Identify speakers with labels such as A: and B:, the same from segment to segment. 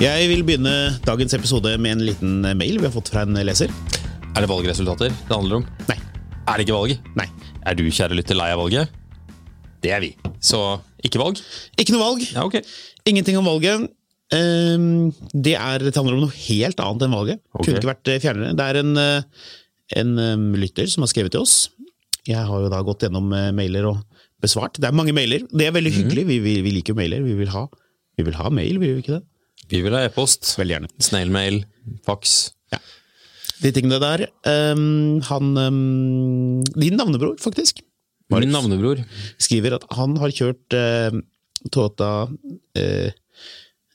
A: Jeg vil begynne dagens episode med en liten eh, mail vi har fått fra en leser.
B: Er det valgresultater det handler om?
A: Nei.
B: Er det ikke valget?
A: Nei.
B: Er du, kjære lytter, lei av valget?
A: Det er vi.
B: Så ikke valg?
A: Ikke noe valg.
B: Ja, ok.
A: Ingenting om valget. Ehm, Det, er, det handler om noe helt annet enn valget.
B: Ok.
A: Kunne ikke vært eh, fjernere. Det er en, eh, en eh, lytter som har skrevet til oss. Jeg har jo da gått gjennom eh, mailer og besvart. Det er mange mailer. Det er
B: Mhm.
A: veldig hyggelig. Vi, vi, vi liker jo mailer. Vi vil, ha, vi vil ha mail, vil vi ikke det?
B: Vi vil ha e-post.
A: Veldig gjerne.
B: Snailmail. Fax.
A: De tingene der. ehm, han ehm, Din navnebror, faktisk.
B: Min navnebror.
A: skriver at han har kjørt eh, Toyota eh,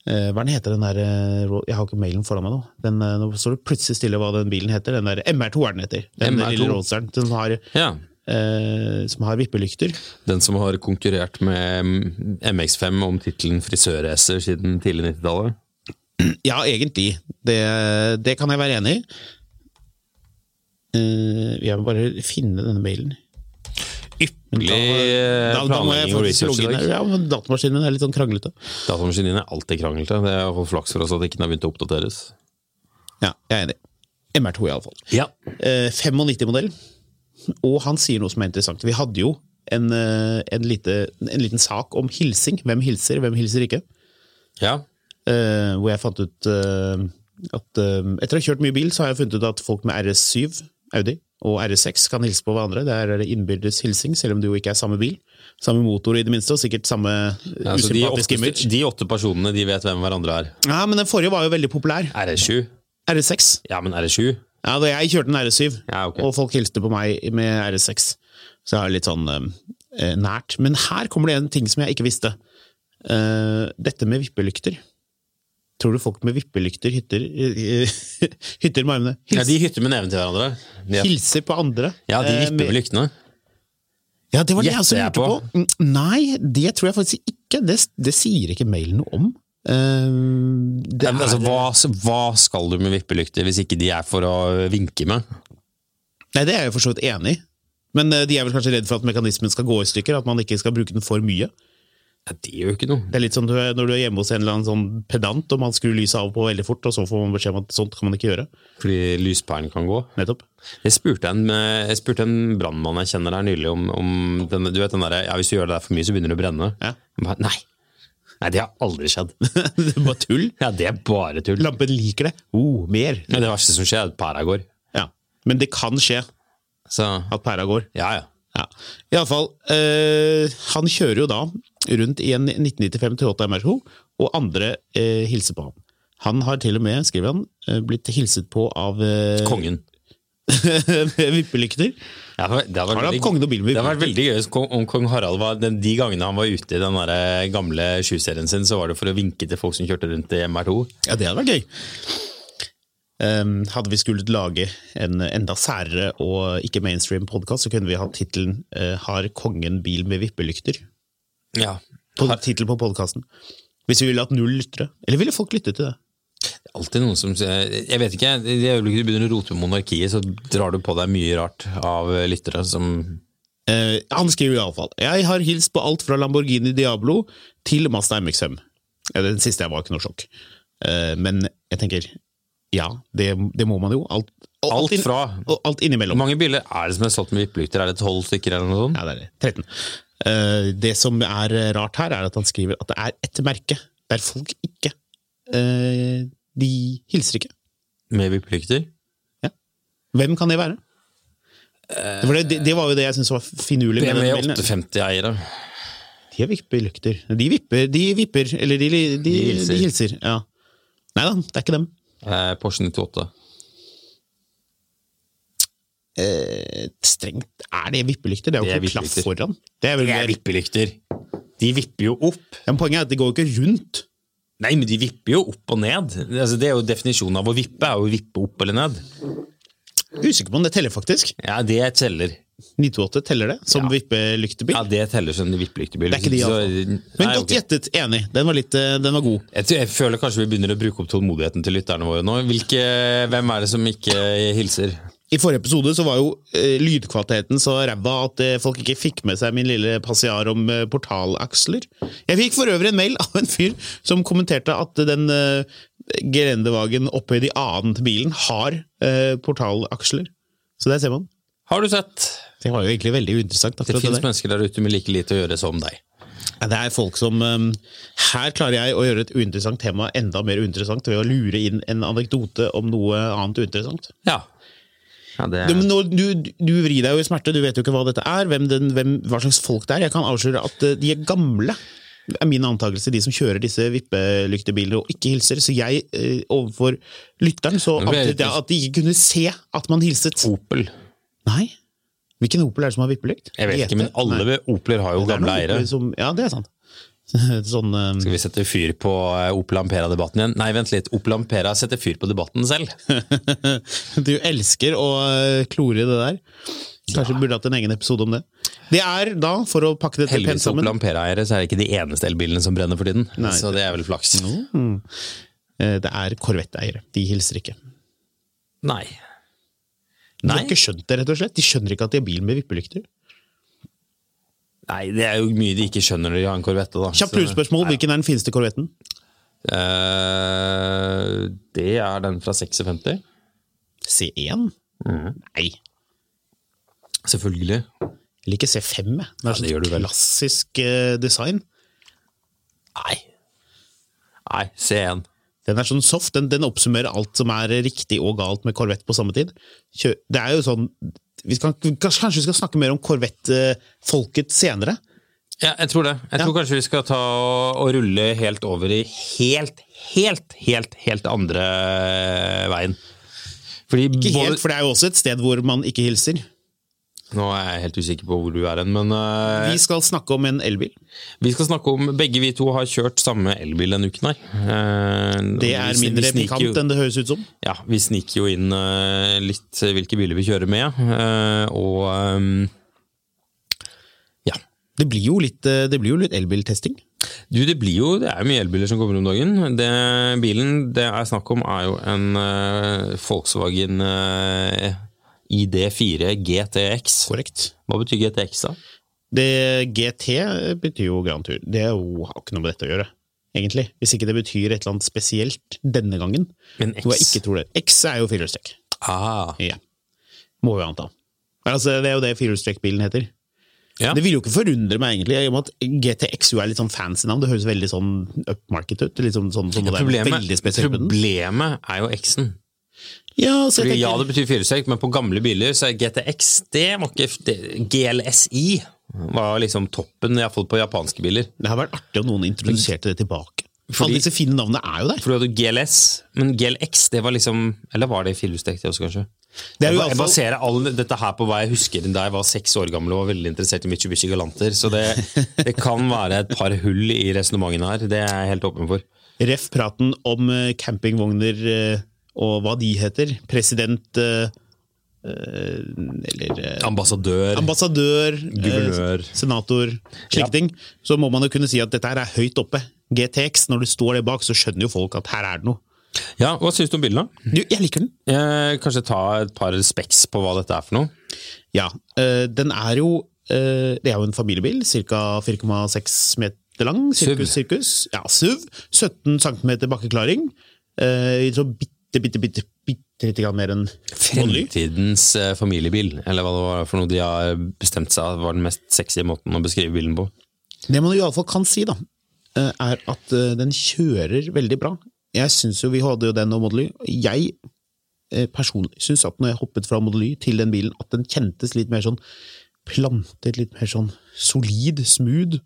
A: eh, Hva den heter den der eh, Ro- Jeg har ikke mailen foran meg nå. Den, eh, nå står det plutselig stille hva den bilen heter. Den der MR2 er den heter. Den
B: MR2.
A: lille Roadsteren som har,
B: Ja.
A: eh, som har vippelykter.
B: Den som har konkurrert med mm, MX5 om tittelen frisørracer siden tidlig 90-tallet.
A: Ja, egentlig. Det, det kan jeg være enig i. Eh, jeg må bare finne denne mailen.
B: Ypperlig eh,
A: Da, da må jeg
B: planlegging og
A: faktisk
B: research
A: logge
B: i
A: inn. her.
B: dag.
A: Ja, men Datamaskinen min er litt sånn kranglete.
B: Datamaskinen din er alltid kranglete. Det er iallfall flaks for oss at ikke den har begynt å oppdateres.
A: Ja, jeg er enig. MR2, iallfall.
B: Ja.
A: Eh, 95-modell. Og han sier noe som er interessant. Vi hadde jo en, eh, en, lite, en liten sak om hilsing. Hvem hilser, hvem hilser ikke?
B: ja.
A: Eh, hvor jeg fant ut eh, at eh, Etter å ha kjørt mye bil, så har jeg funnet ut at folk med RS7 Audi og RS6 kan hilse på hverandre. Det er innbyrdes hilsing, selv om det jo ikke er samme bil. Samme motor, i det minste, og sikkert samme
B: Ja,
A: ja,
B: så de,
A: usympatiske
B: åtte,
A: image.
B: de åtte personene de vet hvem hverandre er.
A: Ja, men den forrige var jo veldig populær.
B: RS7?
A: RS6.
B: Ja, men RS7?
A: Ja, da jeg kjørte en RS7,
B: Ja, ok.
A: og folk hilste på meg med RS6. Så jeg er litt sånn eh, nært. Men her kommer det en ting som jeg ikke visste. Eh, dette med vippelykter. Tror du folk med vippelykter hytter, hytter med armene?
B: Ja,
A: Hils,
B: de hytter med neven til hverandre. De er,
A: Hilser på andre?
B: ja, de
A: eh,
B: vipper
A: med-
B: med lyktene.
A: Ja, det var det jeg også
B: Gjetter jeg
A: lurte på. Mm, Nei, det tror jeg faktisk ikke. Det, det sier ikke mailen noe om. Eh, det
B: Ja, men altså,
A: er-
B: hva, hva skal du med vippelykter hvis ikke de er for å vinke med?
A: Nei, det er jeg jo for så vidt enig i. Men eh, de er vel kanskje redd for at mekanismen skal gå i stykker? At man ikke skal bruke den for mye?
B: Ja, det gjør jo ikke noe.
A: Det er litt sånn du er- når du er hjemme hos en eller annen sånn pedant, og man skrur lyset av og på veldig fort, og så får man beskjed om at sånt kan man ikke gjøre.
B: Fordi lyspæren kan gå.
A: Nettopp.
B: Jeg spurte en, eh, jeg spurte en brannmann jeg kjenner her nylig om, om denne, du vet den derre ja, Hvis du gjør det der for mye, så begynner det å brenne.
A: Ja.
B: Han ba, Nei. Nei, det har aldri skjedd.
A: det var tull.
B: Ja, Det er bare tull.
A: Lampen liker det. Oh, mer.
B: Ja, det verste som skjer, er at pæra går.
A: Ja. Men det kan skje
B: Så
A: at pæra går.
B: ja, ja.
A: Ja. Iallfall, øh, han kjører jo da rundt i en 1995 Toyota MR2, og andre eh, hilser på ham. Han har til og med, skriver han, eh, blitt hilset på av eh,
B: Kongen.
A: med vippelykter.
B: Ja, for det hadde
A: Har du
B: vært,
A: hatt
B: veldig-
A: kongen og bilen med
B: det hadde vært veldig gøy hvis kong- om kong Harald var den, De gangene han var ute i den der eh, gamle sjuserien sin, så var det for å vinke til folk som kjørte rundt i MR2.
A: Ja, det hadde vært gøy. Ehm, hadde vi skullet lage en enda særere og ikke mainstream podkast, så kunne vi hatt tittelen eh, 'Har kongen bil med vippelykter?'
B: Ja.
A: På, titel på podkasten. Hvis vi ville hatt null lyttere. Eller ville folk lytte til det?
B: Alltid noen som eh, Jeg vet ikke. I det øyeblikket du begynner å rote med monarkiet, så drar du på deg mye rart av eh, lyttere som
A: Eh, han skriver iallfall 'Jeg har hilst på alt fra Lamborghini Diablo til Mazda MX5'. Ja, Den siste her var ikke noe sjokk. Eh, Men jeg tenker, ja, det, det må man jo. Alt, og
B: Alt
A: inn-
B: fra-
A: Og alt
B: Hvor
A: innimellom.
B: mange biler er det som er solgt med vippelykter? Er det tolv stykker eller noe sånt?
A: Ja, det er det. 13. Eh, Det som er rart her, er at han skriver at det er et merke der folk ikke eh, De hilser ikke.
B: Med vippelykter?
A: Hvem kan det være? Det var, det, det var jo det jeg syntes var finurlig med
B: BMW
A: den bilen.
B: 850-eiere.
A: De vipper lykter. De vipper, de vipper eller de, de, de
B: hilser.
A: hilser. De hilser ja. Nei da, det er ikke dem.
B: Eh, Porsche 98.
A: Eh, strengt Er det vippelykter? Det er jo
B: Det er
A: ikke klaff
B: vippelykter.
A: foran. Det er vel,
B: vippelykter! De vipper jo opp.
A: Ja, men poenget er at det går jo ikke rundt.
B: Nei, men de vipper jo opp og ned. Altså, det er jo Definisjonen av å vippe er jo å vippe opp eller ned.
A: Usikker på om det teller, faktisk.
B: Ja, det teller.
A: 928 teller det som vippelyktebil.
B: Ja, det teller som vippelyktebil.
A: det er ikke de,
B: eh,
A: iallfall. Men godt gjettet. Enig. Den var, litt, eh, den var god.
B: Jeg, tror, jeg føler kanskje vi begynner å bruke opp tålmodigheten til lytterne våre nå. Hvilke, hvem er det som ikke hilser?
A: I forrige episode så var jo eh, lydkvaliteten så ræva at eh, folk ikke fikk med seg min lille passiar om eh, portalaksler. Jeg fikk for øvrig en mail av en fyr som kommenterte at eh, den eh, gerendevagen opphøyd i annen til bilen har eh, portalaksler. Så der ser man.
B: Har du sett?
A: Det var jo egentlig veldig uinteressant.
B: Det
A: akkurat
B: finnes
A: der.
B: mennesker der ute med like lite å gjøre som deg.
A: Ja, Det er folk som um, Her klarer jeg å gjøre et uinteressant tema enda mer uinteressant ved å lure inn en anekdote om noe annet uinteressant.
B: Ja. ja det
A: Du, men nå, du, du vrir deg jo i smerte, du vet jo ikke hva dette er, hvem den, hvem, hva slags folk det er. Jeg kan avsløre at eh, de er gamle, er min antakelse, de som kjører disse vippelyktebilene og ikke hilser. Så jeg, eh, overfor lytteren, så
B: Men ble det
A: antydet jeg at de ikke kunne se at man hilset.
B: Opel.
A: Nei. Hvilken Opel er det som har vippelykt?
B: Jeg vet ikke, men
A: Nei.
B: alle Opeler har
A: Det
B: jo
A: er
B: gamle
A: noen
B: eiere.
A: Opel Som, ja, det er sant. Sånn um,
B: Skal vi sette fyr på eh, Opel Ampera-debatten igjen? Nei, vent litt. Opel Ampera setter fyr på debatten selv.
A: Du elsker å øh, klore i det der. Kanskje vi burde hatt en egen episode om det. Det er da, for å pakke dette pent
B: Heldigvis Opel
A: sammen
B: Ampera-eiere så er det ikke de eneste elbilene som brenner for tiden.
A: Nei.
B: Så det er vel flaks.
A: Mm. eh, Det er korvetteiere. De hilser ikke.
B: Nei.
A: De
B: Nei.
A: har ikke skjønt det, rett og slett. De skjønner ikke at de har bil med vippelykter.
B: Nei, det er jo mye de ikke skjønner når de har en Corvette. da.
A: Kjapt
B: Så-
A: lurespørsmål. Hvilken er den fineste korvetten?
B: Eh, det er den fra 56.
A: C1?
B: Mm.
A: Nei.
B: Selvfølgelig.
A: Jeg liker C5. jeg. Det
B: Ja,
A: er
B: det gjør
A: sånn
B: du vel.
A: klassisk eh, design.
B: Nei. Nei, C1.
A: Den er sånn soft, den, den oppsummerer alt som er riktig og galt med Corvette på samme tid. Kjø det er jo sånn vi skal, kanskje, kanskje vi skal snakke mer om Corvette-folket senere?
B: Ja, jeg tror det. Jeg tror kanskje vi skal ta og, og rulle helt over i helt, helt, helt, helt andre veien. Fordi
A: Ikke helt,
B: både-
A: for det er jo også et sted hvor man ikke hilser.
B: Nå er jeg helt usikker på hvor du er hen, men eh,
A: Vi skal snakke om en elbil.
B: vi skal snakke om Begge vi to har kjørt samme elbil denne uken her. Eh,
A: Det
B: og
A: er
B: vi- vi
A: mindre
B: sniker jo-
A: pikant enn det høres ut som.
B: Ja, vi sniker jo inn eh, litt hvilke biler vi kjører med, eh, og ehm, ja.
A: Det blir jo litt, eh, det blir jo litt elbiltesting.
B: Du, det blir jo, det er jo mye elbiler som kommer om dagen. Det, bilen det er snakk om er jo en eh, Volkswagen eh, ID4 GTX.
A: Korrekt.
B: Hva betyr GTX da?
A: Det GT betyr jo Grand Tour. Det er jo, har ikke noe med dette å gjøre, egentlig. Hvis ikke det betyr et eller annet spesielt denne gangen.
B: En X.
A: Noe jeg ikke tror det. X er jo firehjulstrekk.
B: Ah,
A: Ja. Må vi anta. Men Altså, det er jo det firehjulstrekkbilen heter.
B: Ja.
A: Det vil jo ikke forundre meg, egentlig, i og med at GTX jo er litt sånn fancy navn. Det høres veldig sånn upmarket ut. Litt sånn, sånn, sånn,
B: ja,
A: moderne. veldig
B: problemet,
A: spesielt med den.
B: problemet er jo X-en.
A: Ja, så jeg
B: Fordi
A: tenker,
B: ja, det betyr firestrekk, men på gamle biler så er GTX det var ikke det- GLSI var liksom toppen, iallfall på japanske biler.
A: Det hadde vært artig om noen introduserte det tilbake.
B: Fordi-
A: Alle disse fine navnene er jo der.
B: For du hadde GLS, men GLX det var liksom Eller var det firehjulstrekk, det også, kanskje?
A: Det er jo altså
B: jeg, ba- jeg
A: iallfall-
B: baserer all dette her på hva jeg husker da jeg var seks år gammel og var veldig interessert i Mitsubishi Galanter, så det, det kan være et par hull i resonnementene her. Det er jeg helt åpen for.
A: Ref praten om eh, campingvogner eh, og hva de heter. President eh, eh, Eller eh,
B: Ambassadør.
A: ambassadør, eh,
B: Guvernør.
A: senator, slike
B: Ja.
A: ting. Så må man jo kunne si at dette her er høyt oppe. GTX, når du står det bak, så skjønner jo folk at her er det noe.
B: ja, hva syns du om bilen, da?
A: Du, jeg liker den.
B: Eh, kanskje ta et par speks på hva dette er for noe?
A: Ja, eh, den er jo eh, Det er jo en familiebil, ca. 4,6 met- lang. Sirkus,
B: SUV.
A: sirkus. Ja, SUV. 17 cm bakkeklaring. Eh, så bitte, bitte, bitte, bitte lite grann mer enn vanlig.
B: Fremtidens eh, familiebil, eller hva det var for noe de har bestemt seg var den mest sexy måten å beskrive bilen på.
A: Det man iallfall kan si, da, eh, er at eh, den kjører veldig bra. Jeg syns jo vi hadde jo den og Model Y. Jeg eh, personlig syns at når jeg hoppet fra Model Y til den bilen, at den kjentes litt mer sånn plantet, litt mer sånn solid, smooth.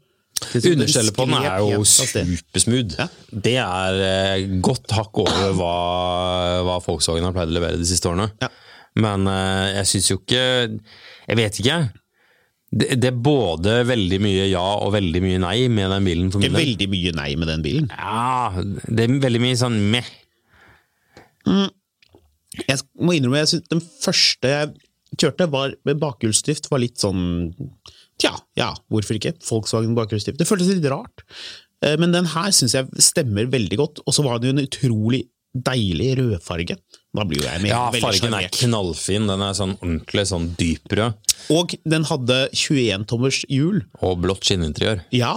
A: Litt sånn
B: Understellet på den
A: diskret,
B: er jo
A: pent av sted.
B: supersmooth.
A: Ja.
B: Det er eh, godt hakk over hva, hva Volkswagen har pleid å levere de siste årene.
A: Ja.
B: Men eh, jeg syns jo ikke Jeg vet ikke. Det, det er både veldig mye ja og veldig mye nei med den bilen. for
A: Det
B: min
A: er
B: del.
A: veldig mye nei med den bilen.
B: Ja, det er veldig mye sånn meh.
A: Jeg må innrømme, jeg synes den første jeg kjørte var med bakhjulsdrift, var litt sånn Tja, ja, hvorfor ikke? Volkswagen bakhjulsdrift. Det føltes litt rart. Eh, Men den her syns jeg stemmer veldig godt, og så var den jo en utrolig deilig rødfarge. Da blir jo jeg med.
B: Ja,
A: veldig
B: fargen er
A: sjarmert.
B: knallfin. Den er sånn ordentlig sånn dyprød.
A: Og den hadde 21-tommers hjul.
B: Og blått skinninteriør.
A: Ja!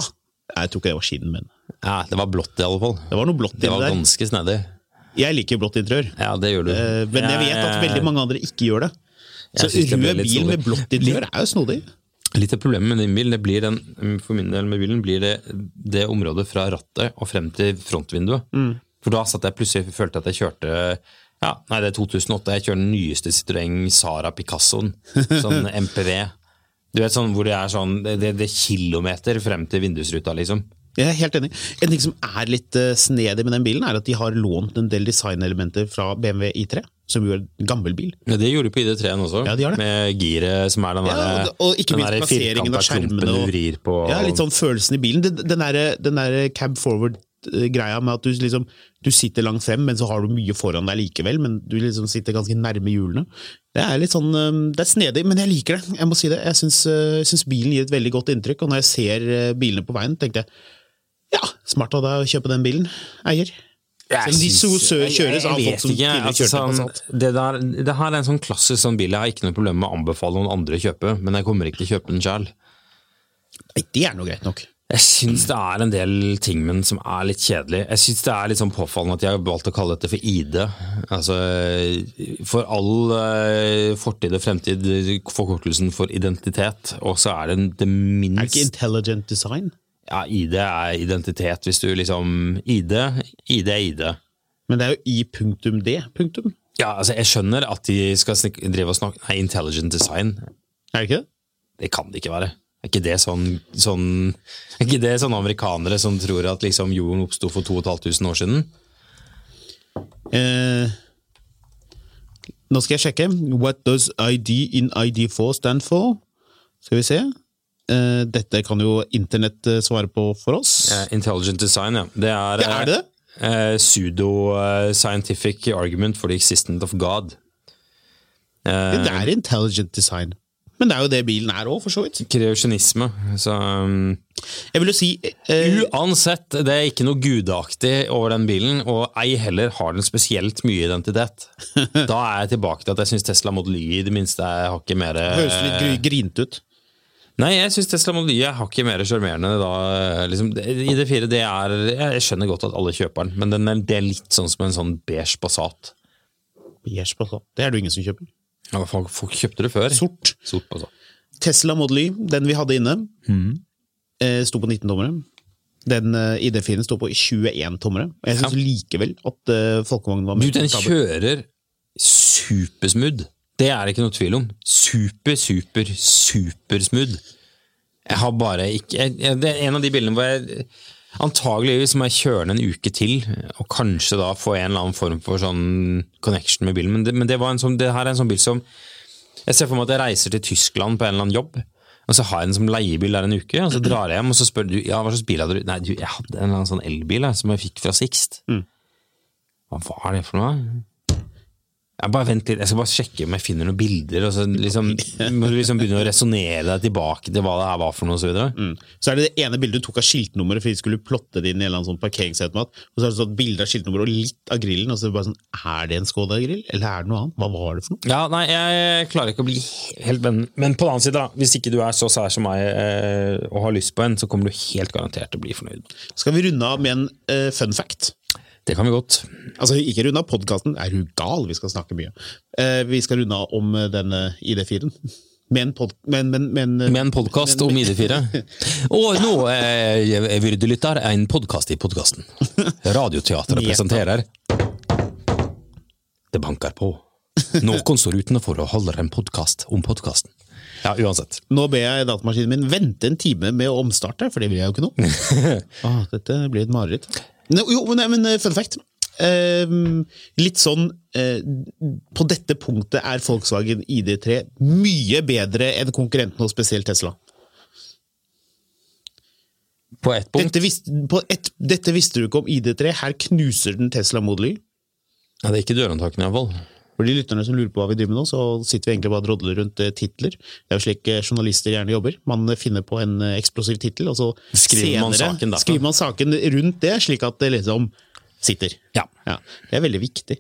A: Jeg tror ikke det var skinn, men
B: Ja, det var blått, i alle fall.
A: det var noe blått
B: Det
A: inni
B: var
A: der.
B: ganske snedig.
A: Jeg liker blått interiør,
B: Ja, det gjør du.
A: eh, men jeg vet at veldig mange andre ikke gjør det. Så
B: synes det ble
A: rød
B: litt
A: bil med
B: snodig.
A: blått interiør er jo snodig.
B: Litt av problemet med din bil, det blir den, for min del med bilen, blir det det området fra rattet og frem til frontvinduet.
A: Mm.
B: For da satt jeg plutselig følte jeg at jeg kjørte ja, Nei, det er 2008. Jeg kjører den nyeste Citroën Sara Picassoen. Sånn MPV. Du vet sånn hvor det er sånn Det, det, det er kilometer frem til vindusruta, liksom.
A: Jeg er helt enig. En ting som er litt eh, snedig med den bilen, er at de har lånt en del designelementer fra BMW I3, som jo er en gammel bil.
B: Ja, det gjorde de på ID3-en også,
A: Ja, de gjør det.
B: med giret som er den
A: Ja,
B: der,
A: og- og ikke minst
B: den der
A: plasseringen av
B: firkanta
A: skjermene
B: klumpen
A: og-
B: du vrir på.
A: Ja, litt sånn følelsen i bilen. Den, den der, den der cab forward-greia med at du liksom du sitter langt frem, men så har du mye foran deg likevel, men du liksom sitter ganske nærme hjulene. Det er litt sånn, eh, det er snedig, men jeg liker det. Jeg må si det. Jeg syns, eh, jeg syns bilen gir et veldig godt inntrykk, og når jeg ser eh, bilene på veien, tenkte jeg ja, smart av deg å kjøpe den bilen, eier. Selv om de så sø- kjøres av folk som tidligere
B: altså,
A: kjørte
B: sånn,
A: Passat.
B: det, der, det her er en sånn klassisk sånn bil jeg har ikke noe problem med å anbefale noen andre å kjøpe, men jeg kommer ikke til å kjøpe den sjøl.
A: Nei, det er nå greit nok.
B: Jeg syns det er en del ting med den som er litt kjedelig. Jeg syns det er litt sånn påfallende at jeg har valgt å kalle dette for ID. Altså, for all eh, fortid og fremtid, forkortelsen for identitet, og så er det det
A: Er det ikke
B: minst
A: intelligent design?
B: ja, ID er identitet, hvis du liksom ID, ID er ID.
A: Men det er jo i punktum D, punktum.
B: Ja, altså, jeg skjønner at de skal snik drive og snakke Nei, intelligent design,
A: Er det ikke det?
B: det kan det ikke være. Er ikke det sånn, sånn Er ikke det sånne amerikanere som tror at liksom jorden oppsto for 2500 år siden?
A: Eh, nå skal jeg sjekke. What does ID in ID4 stand for? Skal vi se. Eh, dette kan jo internett eh, svare på for oss.
B: Eh, Intelligent design, ja. Det er,
A: Ja, er det det?
B: eh, pseudo-scientific argument for the existence of God.
A: det er intelligent design. Men det er jo det bilen er òg, for så vidt.
B: Kreasjonisme. Så um,
A: Jeg vil jo si eh,
B: Uansett, det er ikke noe gudaktig over den bilen, og ei heller har den spesielt mye identitet. Da er jeg tilbake til at jeg syns Tesla Model Y i det minste er hakket mer eh,
A: Høres litt gr grint ut.
B: Nei, jeg syns Tesla Model Y er hakket mer sjarmerende. da, Liksom, I det fire, det er Jeg skjønner godt at alle kjøper den, men den er, det er litt sånn som en sånn beige Passat.
A: Beige Passat. Det er det jo ingen som kjøper.
B: Ja, folk, folk kjøpte det før.
A: Sort.
B: Sort Passat.
A: Tesla Model Y, den vi hadde inne,
B: Mm.
A: eh, sto på 19 tommere. Den eh, ID4-en sto på 21 tommere. Og jeg syns likevel at eh, folkevognen var
B: Du,
A: mer
B: den
A: komfortabel.
B: kjører supersmooth. Det er det ikke noe tvil om. Super, super, supersmooth. Jeg har bare ikke jeg, jeg, Det er en av de bildene hvor jeg antageligvis må jeg kjøre den en uke til, og kanskje da få en eller annen form for sånn connection med bilen. Men det, men det, var en sånn, det her er en sånn bil som Jeg ser for meg at jeg reiser til Tyskland på en eller annen jobb. Og så har jeg den som leiebil der en uke, og så drar jeg hjem og så spør du ja, hva slags bil hadde du? Nei, du, jeg hadde en eller annen sånn elbil jeg, som jeg fikk fra Sixt. Hva var det for noe? Ja, bare vent litt, Jeg skal bare sjekke om jeg finner noen bilder. og så liksom, Må du liksom begynne å resonnere deg tilbake til hva det her var for noe. Og så videre.
A: Mm. Så er det det ene bildet du tok av skiltnummeret fordi de skulle plotte det inn i en eller annen sånn parkeringsautomat. Og så har det stått bilde av skiltnummeret og litt av grillen. Og så er det bare sånn, er det en Skoda-grill, eller er det noe annet? Hva var det for noe?
B: Ja, nei, jeg klarer ikke å bli helt venn. Men på den annen side, da, hvis ikke du er så sær som meg eh, og har lyst på en, så kommer du helt garantert til å bli fornøyd.
A: Skal vi runde av med en eh, fun fact?
B: Det kan vi godt.
A: Altså, ikke runde av podkasten, er du gal? Vi skal snakke mye. Eh, vi skal runde av om eh, denne ID4-en. Med en pod... Men, men, men, eh,
B: Med en podkast om ID4. Og nå, eh, vyrdelytter, en podkast i podkasten. Radioteatret presenterer Det banker på. Noen står utenfor og holder en podkast om podkasten. Ja, uansett.
A: Nå ber jeg datamaskinen min vente en time med å omstarte, for det vil jeg jo ikke nå. ah, dette blir et mareritt. Nei, jo, men- nei, men eh, fun fact. Eh, litt sånn eh, På dette punktet er Volkswagen ID3 mye bedre enn konkurrentene, og spesielt Tesla.
B: På ett punkt.
A: Dette visste, på et, dette visste du ikke om ID3. Her knuser den Tesla Model Y.
B: Ja, det er ikke dørhåndtakene, iallfall.
A: For de lytterne som lurer på hva vi driver med nå, så sitter vi egentlig bare og drodler rundt eh, titler. Det er jo slik eh, journalister gjerne jobber. Man eh, finner på en eh, eksplosiv tittel, og så
B: Skriver man
A: senere
B: saken derfra.
A: skriver man saken rundt det, slik at det liksom sitter.
B: Ja.
A: Ja, Det er veldig viktig.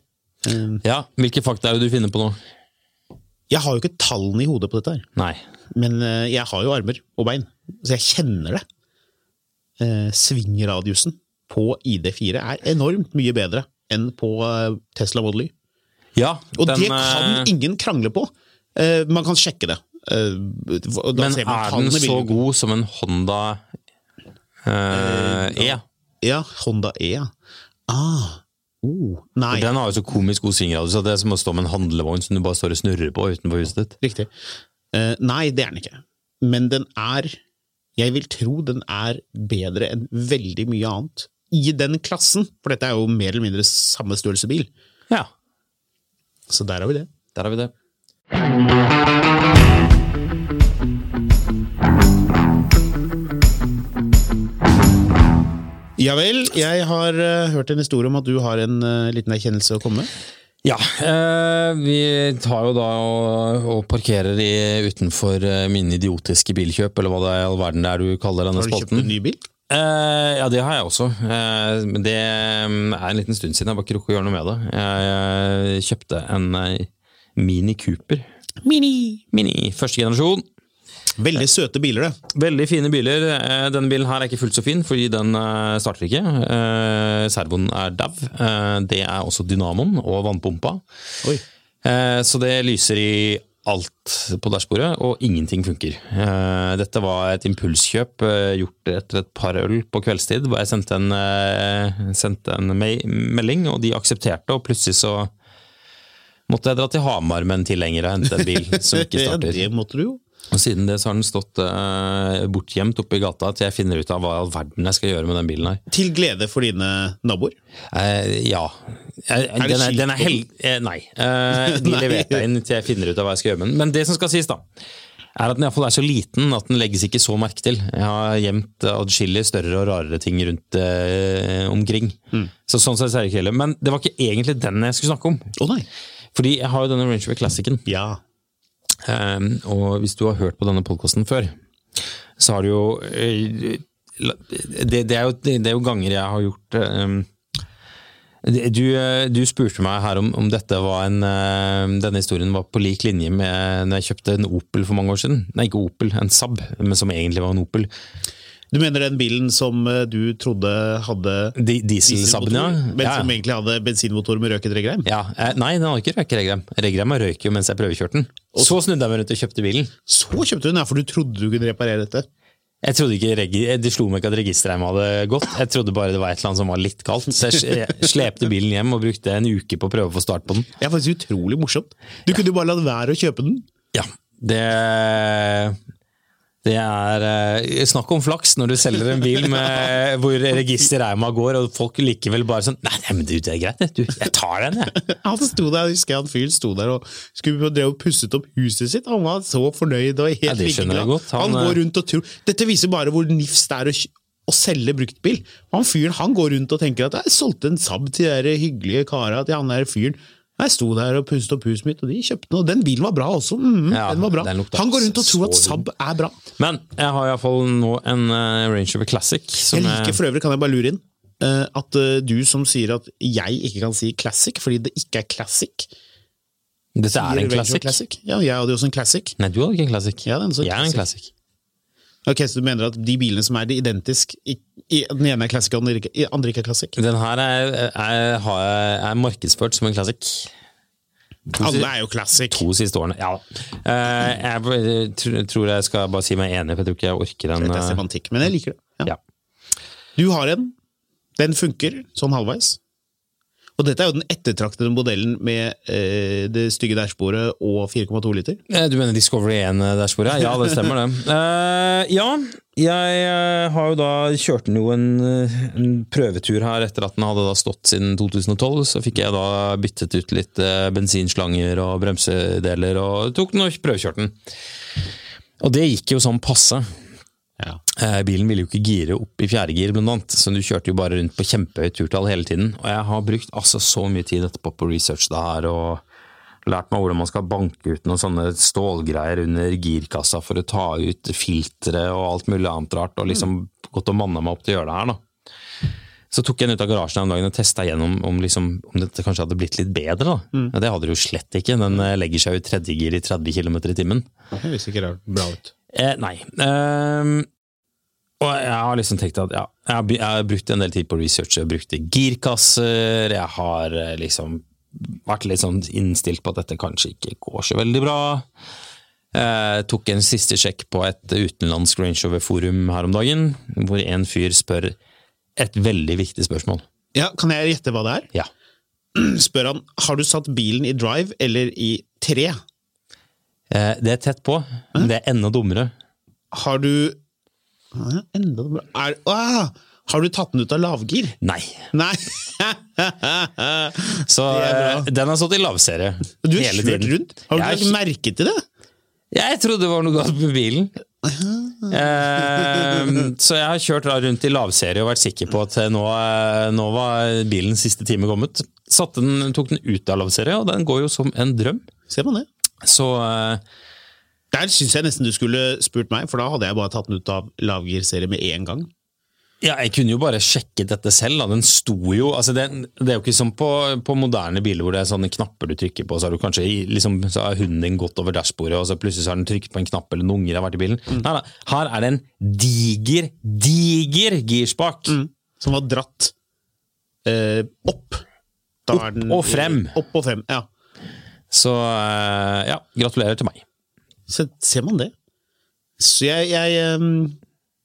A: Eh,
B: ja. Hvilke fakta er det du finner på nå?
A: Jeg har jo ikke tallene i hodet på dette, her,
B: Nei.
A: men eh, jeg har jo armer og bein, så jeg kjenner det. Eh, Svingradiusen på ID4 er enormt mye bedre enn på eh, Tesla Model Y.
B: Ja,
A: Og
B: den,
A: det kan
B: eh,
A: ingen krangle på. Eh, man kan sjekke det. Eh, og da
B: Men
A: ser man
B: er
A: tallene
B: den
A: i
B: så
A: bildet.
B: god som en Honda eh, E?
A: Ja, Honda E. ja. Ah. Oh. Nei,
B: Den har jo så komisk god svingradius at det er som å stå med en handlevogn som du bare står og snurrer på utenfor huset ditt.
A: riktig. Eh, nei, det er den ikke. Men den er Jeg vil tro den er bedre enn veldig mye annet. I den klassen, for dette er jo mer eller mindre samme størrelse bil.
B: Ja,
A: Så der har vi det.
B: der har vi det.
A: Ja vel, jeg har eh, hørt en historie om at du har en eh, liten erkjennelse å komme med.
B: Ja, eh, vi tar jo da og, og parkerer i, utenfor eh, mine idiotiske bilkjøp, eller hva det er i all verden det er du kaller denne
A: Har du kjøpt en
B: spalten.
A: ny bil?
B: Eh, ja, det har jeg også. Eh, men det mm, er en liten stund siden. Jeg har bare ikke rukket å gjøre noe med det. Jeg eh, kjøpte en eh, Mini Cooper.
A: Mini!
B: Mini første generasjon.
A: Veldig søte biler, det.
B: Veldig fine biler. Eh, Denne bilen her er ikke fullt så fin, fordi den eh, starter ikke. Eh, Servoen er dau. Eh, Det er også dynamoen og vannpumpa.
A: Oi.
B: Eh, Så det lyser i alt på dashbordet, og ingenting funker. Eh, Dette var et impulskjøp eh, gjort etter et par øl på kveldstid, hvor jeg sendte en, eh, sendte en me- melding, og de aksepterte, og plutselig så måtte jeg dra til Hamar med en tilhenger og hente en bil som ikke
A: Ja,
B: starter.
A: det måtte du jo.
B: Og siden det så har den stått eh, bortgjemt oppe i gata til jeg finner ut av hva i all verden jeg skal gjøre med den bilen her.
A: Til glede for dine naboer.
B: Eh, ja. Eh,
A: det
B: den, er,
A: skilt
B: den er
A: på
B: hel... eh, nei. Eh, de
A: Nei.
B: leverte jeg inn til jeg finner ut av hva jeg skal gjøre med den. Men det som skal sies, da, er at den i hvert fall er så liten at den legges ikke så merke til. Jeg har gjemt eh, adskillig større og rarere ting rundt eh, omkring.
A: Mm.
B: Så sånn sett er det ikke heller. Men det var ikke egentlig den jeg skulle snakke om.
A: Å nei.
B: Fordi jeg har jo denne Range Rover Classicen.
A: Ja.
B: Um, og hvis du har hørt på denne podkasten før, så har du jo eh, la- det, det, er jo det er jo ganger jeg har gjort eh, um, det- du, eh, du spurte meg her om, om dette var en, eh, denne historien var på lik linje med når jeg kjøpte en Opel for mange år siden. Nei, ikke Opel, en Saab, men som egentlig var en Opel.
A: Du mener den bilen som eh, du trodde hadde
B: Di- Diesel-Saaben,
A: dieselmotor,
B: ja.
A: men
B: ja.
A: som egentlig hadde bensinmotor med røket regreim?
B: ja. eh, Nei, den har ikke røyket regrem. Regrema røyk jo mens jeg prøvekjørte den. Så snudde jeg meg rundt og kjøpte bilen.
A: Så kjøpte du den, ja, for du trodde du kunne reparere dette.
B: Jeg trodde ikke regi- Det slo meg ikke at registerheimen hadde gått. Jeg trodde bare det var et eller annet som var litt kaldt. Så jeg s- jeg slepte bilen hjem og brukte en uke på å prøve å få start på den.
A: Det er faktisk utrolig morsomt. Du kunne jo bare latt være å kjøpe den.
B: Ja, det... Det er eh, snakk om flaks når du selger en bil med, hvor registerreima går, og folk likevel bare sånn Nei, nei men du, det er greit, det. Du, jeg tar den, jeg.
A: Han sto der, jeg husker han fyren sto der og skulle og drev og pusset opp huset sitt. Han var så fornøyd og helt
B: Ja, det skjønner
A: lykkeglad.
B: jeg godt. Han, eh,
A: Han, går rundt og tror Dette viser bare hvor nifst det er å, kj- å selge bruktbil. Han fyren han går rundt og tenker at jeg solgte en Saab til de der hyggelige kara til han der fyren. Nei, Jeg sto der og pustet opp huset mitt, og de kjøpte den. Og den bilen var bra også. Mhm,
B: Ja,
A: den var bra.
B: den lukta
A: Han går rundt og tror
B: så
A: at Saab er bra.
B: Men jeg har iallfall nå en eh, Range Rover Classic. Som eh,
A: Jeg liker for øvrig, kan jeg bare lure inn, eh, at eh, du som sier at jeg ikke kan si classic fordi det ikke er classic
B: Dette er
A: Range
B: en
A: Rover
B: Classic.
A: Ja, jeg hadde jo også en classic.
B: Nei, du hadde ikke en Classic.
A: Jeg hadde en sånn
B: jeg er en
A: Classic.
B: Classic.
A: Ok, Så du mener at de bilene som er identiske, den ene er classic og den ikke- i- andre ikke er classic?
B: Den her er, er, har jeg- er markedsført som en Classic. To si-
A: Alle er jo classic.
B: To siste årene, ja. Eh, jeg bare tr- tror jeg skal bare si meg enig, for jeg tror ikke jeg orker den.
A: Dette er
B: eh,
A: semantikk, men jeg liker det. Ja.
B: Ja.
A: Du har en. Den funker sånn halvveis. Og dette er jo den ettertraktede modellen med eh, det stygge dashbordet og 4,2 liter.
B: Eh, Du mener eh, Discovery 1-dashbordet? Ja, det stemmer det. Eh, ja, jeg eh, har jo da kjørt den jo en, eh, en prøvetur her etter at den hadde da stått siden 2012. Så fikk jeg da byttet ut litt eh, bensinslanger og bremsedeler og tok den og prøvekjørte den. Og det gikk jo sånn passe.
A: Ja.
B: Eh, Bilen ville jo ikke gire opp i fjerdegir, blant annet, så du kjørte jo bare rundt på kjempehøyt turtall hele tiden. Og jeg har brukt altså så mye tid etterpå på å researche det her, og lært meg hvordan man skal banke ut noen sånne stålgreier under girkassa for å ta ut filtre og alt mulig annet rart, og liksom gått og manna meg opp til å gjøre det her, da. Så tok jeg den ut av garasjen den dagen og testa gjennom om, liksom, om dette kanskje hadde blitt litt bedre. Da. Ja, det hadde det jo slett ikke. Den eh, legger seg jo i tredje gir i 30 km i timen.
A: Det ser ikke rart bra ut.
B: Eh, nei. Ehm, og jeg har liksom tenkt at ja, jeg har, by- jeg har brukt en del tid på research. Jeg brukte girkasser. Jeg har eh, liksom vært litt sånn innstilt på at dette kanskje ikke går så veldig bra. Eh, tok en siste sjekk på et utenlandsk Range Rover-forum her om dagen, hvor en fyr spør et veldig viktig spørsmål.
A: Ja, Kan jeg gjette hva det er?
B: Ja.
A: Spør han har du satt bilen i drive eller i tre.
B: Eh, det er tett på, men det er enda dummere.
A: Har du Ah, ja, Enda bra. Er, ah, har du tatt den ut av lavgir?
B: Nei.
A: Nei!
B: Så
A: er
B: eh, den har stått i lavserie
A: Du har
B: hele
A: kjørt
B: tiden.
A: rundt. Har du
B: Jeg
A: ikke lagt merke til det?
B: Jeg trodde det var noe galt med bilen. Eh, så jeg har kjørt da rundt i lavserie og vært sikker på at nå, eh, nå var bilens siste time kommet. Satte den, tok den ut av lavserie, og den går jo som en drøm.
A: Ser man det?
B: Så eh,
A: Der syns jeg nesten du skulle spurt meg, for da hadde jeg bare tatt den ut av lavgirserie med en gang.
B: ja, jeg kunne jo bare sjekket dette selv. Da. Den sto jo altså det, det er jo ikke som på, på moderne biler hvor det er sånne knapper du trykker på, så har du kanskje i- liksom, så har hunden din gått over dashbordet, og så plutselig så har den trykket på en knapp, eller noen unger har vært i bilen. Nei, da, her er det en diger, diger girspak.
A: Som var dratt eh, opp. Da
B: Opp
A: er den- eh,
B: og frem.
A: Opp og frem, ja.
B: Så eh, ja, gratulerer til meg.
A: Så ser man det. Så jeg, jeg ehm,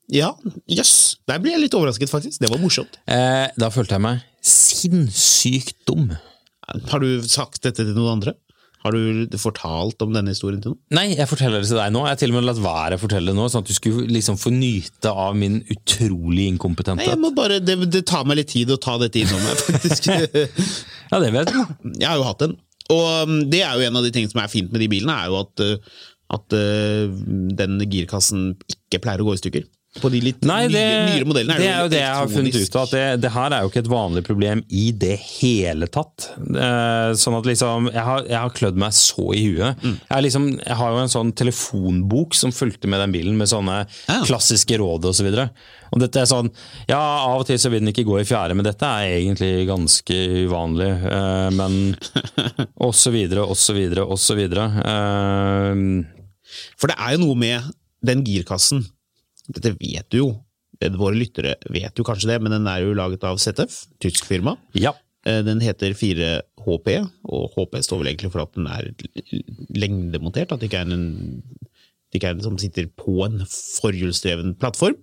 A: Ja, jøss. Der ble jeg litt overrasket, faktisk. Det var morsomt.
B: Eh, da følte jeg meg sinnssykt dum.
A: Har du sagt dette til noen andre? Har du fortalt om denne historien til noen?
B: Nei, jeg forteller det til deg nå. Jeg har til og med latt være å fortelle det nå, sånn at du skulle liksom få nyte av min utrolig inkompetente
A: Nei, jeg må bare, det, det tar meg litt tid å ta dette innom meg, faktisk. jeg
B: Ja, det vet du.
A: har jo hatt en. Og um, det er jo en av de tingene som er fint med de bilene, er jo at, uh, at uh, den girkassen ikke pleier å gå i stykker. På de litt
B: Nei, det,
A: nye, nyere modellene
B: det er jo det jeg har funnet
A: elektronisk.
B: ut av. At det, det her er jo ikke et vanlig problem i det hele tatt. Eh, sånn at liksom Jeg har, jeg har klødd meg så i huet.
A: Mm.
B: Jeg, er liksom, jeg har jo en sånn telefonbok som fulgte med den bilen, med sånne
A: Ja.
B: klassiske råd og så videre. Og dette er sånn Ja, av og til så vil den ikke gå i fjære, men dette er egentlig ganske uvanlig. eh, men Og så videre, og så videre, og så videre. Eh,
A: For det er jo noe med den girkassen. Dette vet du jo. Eh, Våre lyttere vet jo kanskje det, men den er jo laget av ZF, tysk firma.
B: ja.
A: Eh, Den heter 4HP, og HP står vel egentlig for at den er l- lengdemontert. At det ikke er en, det ikke er en som sitter på en forhjulsdreven plattform.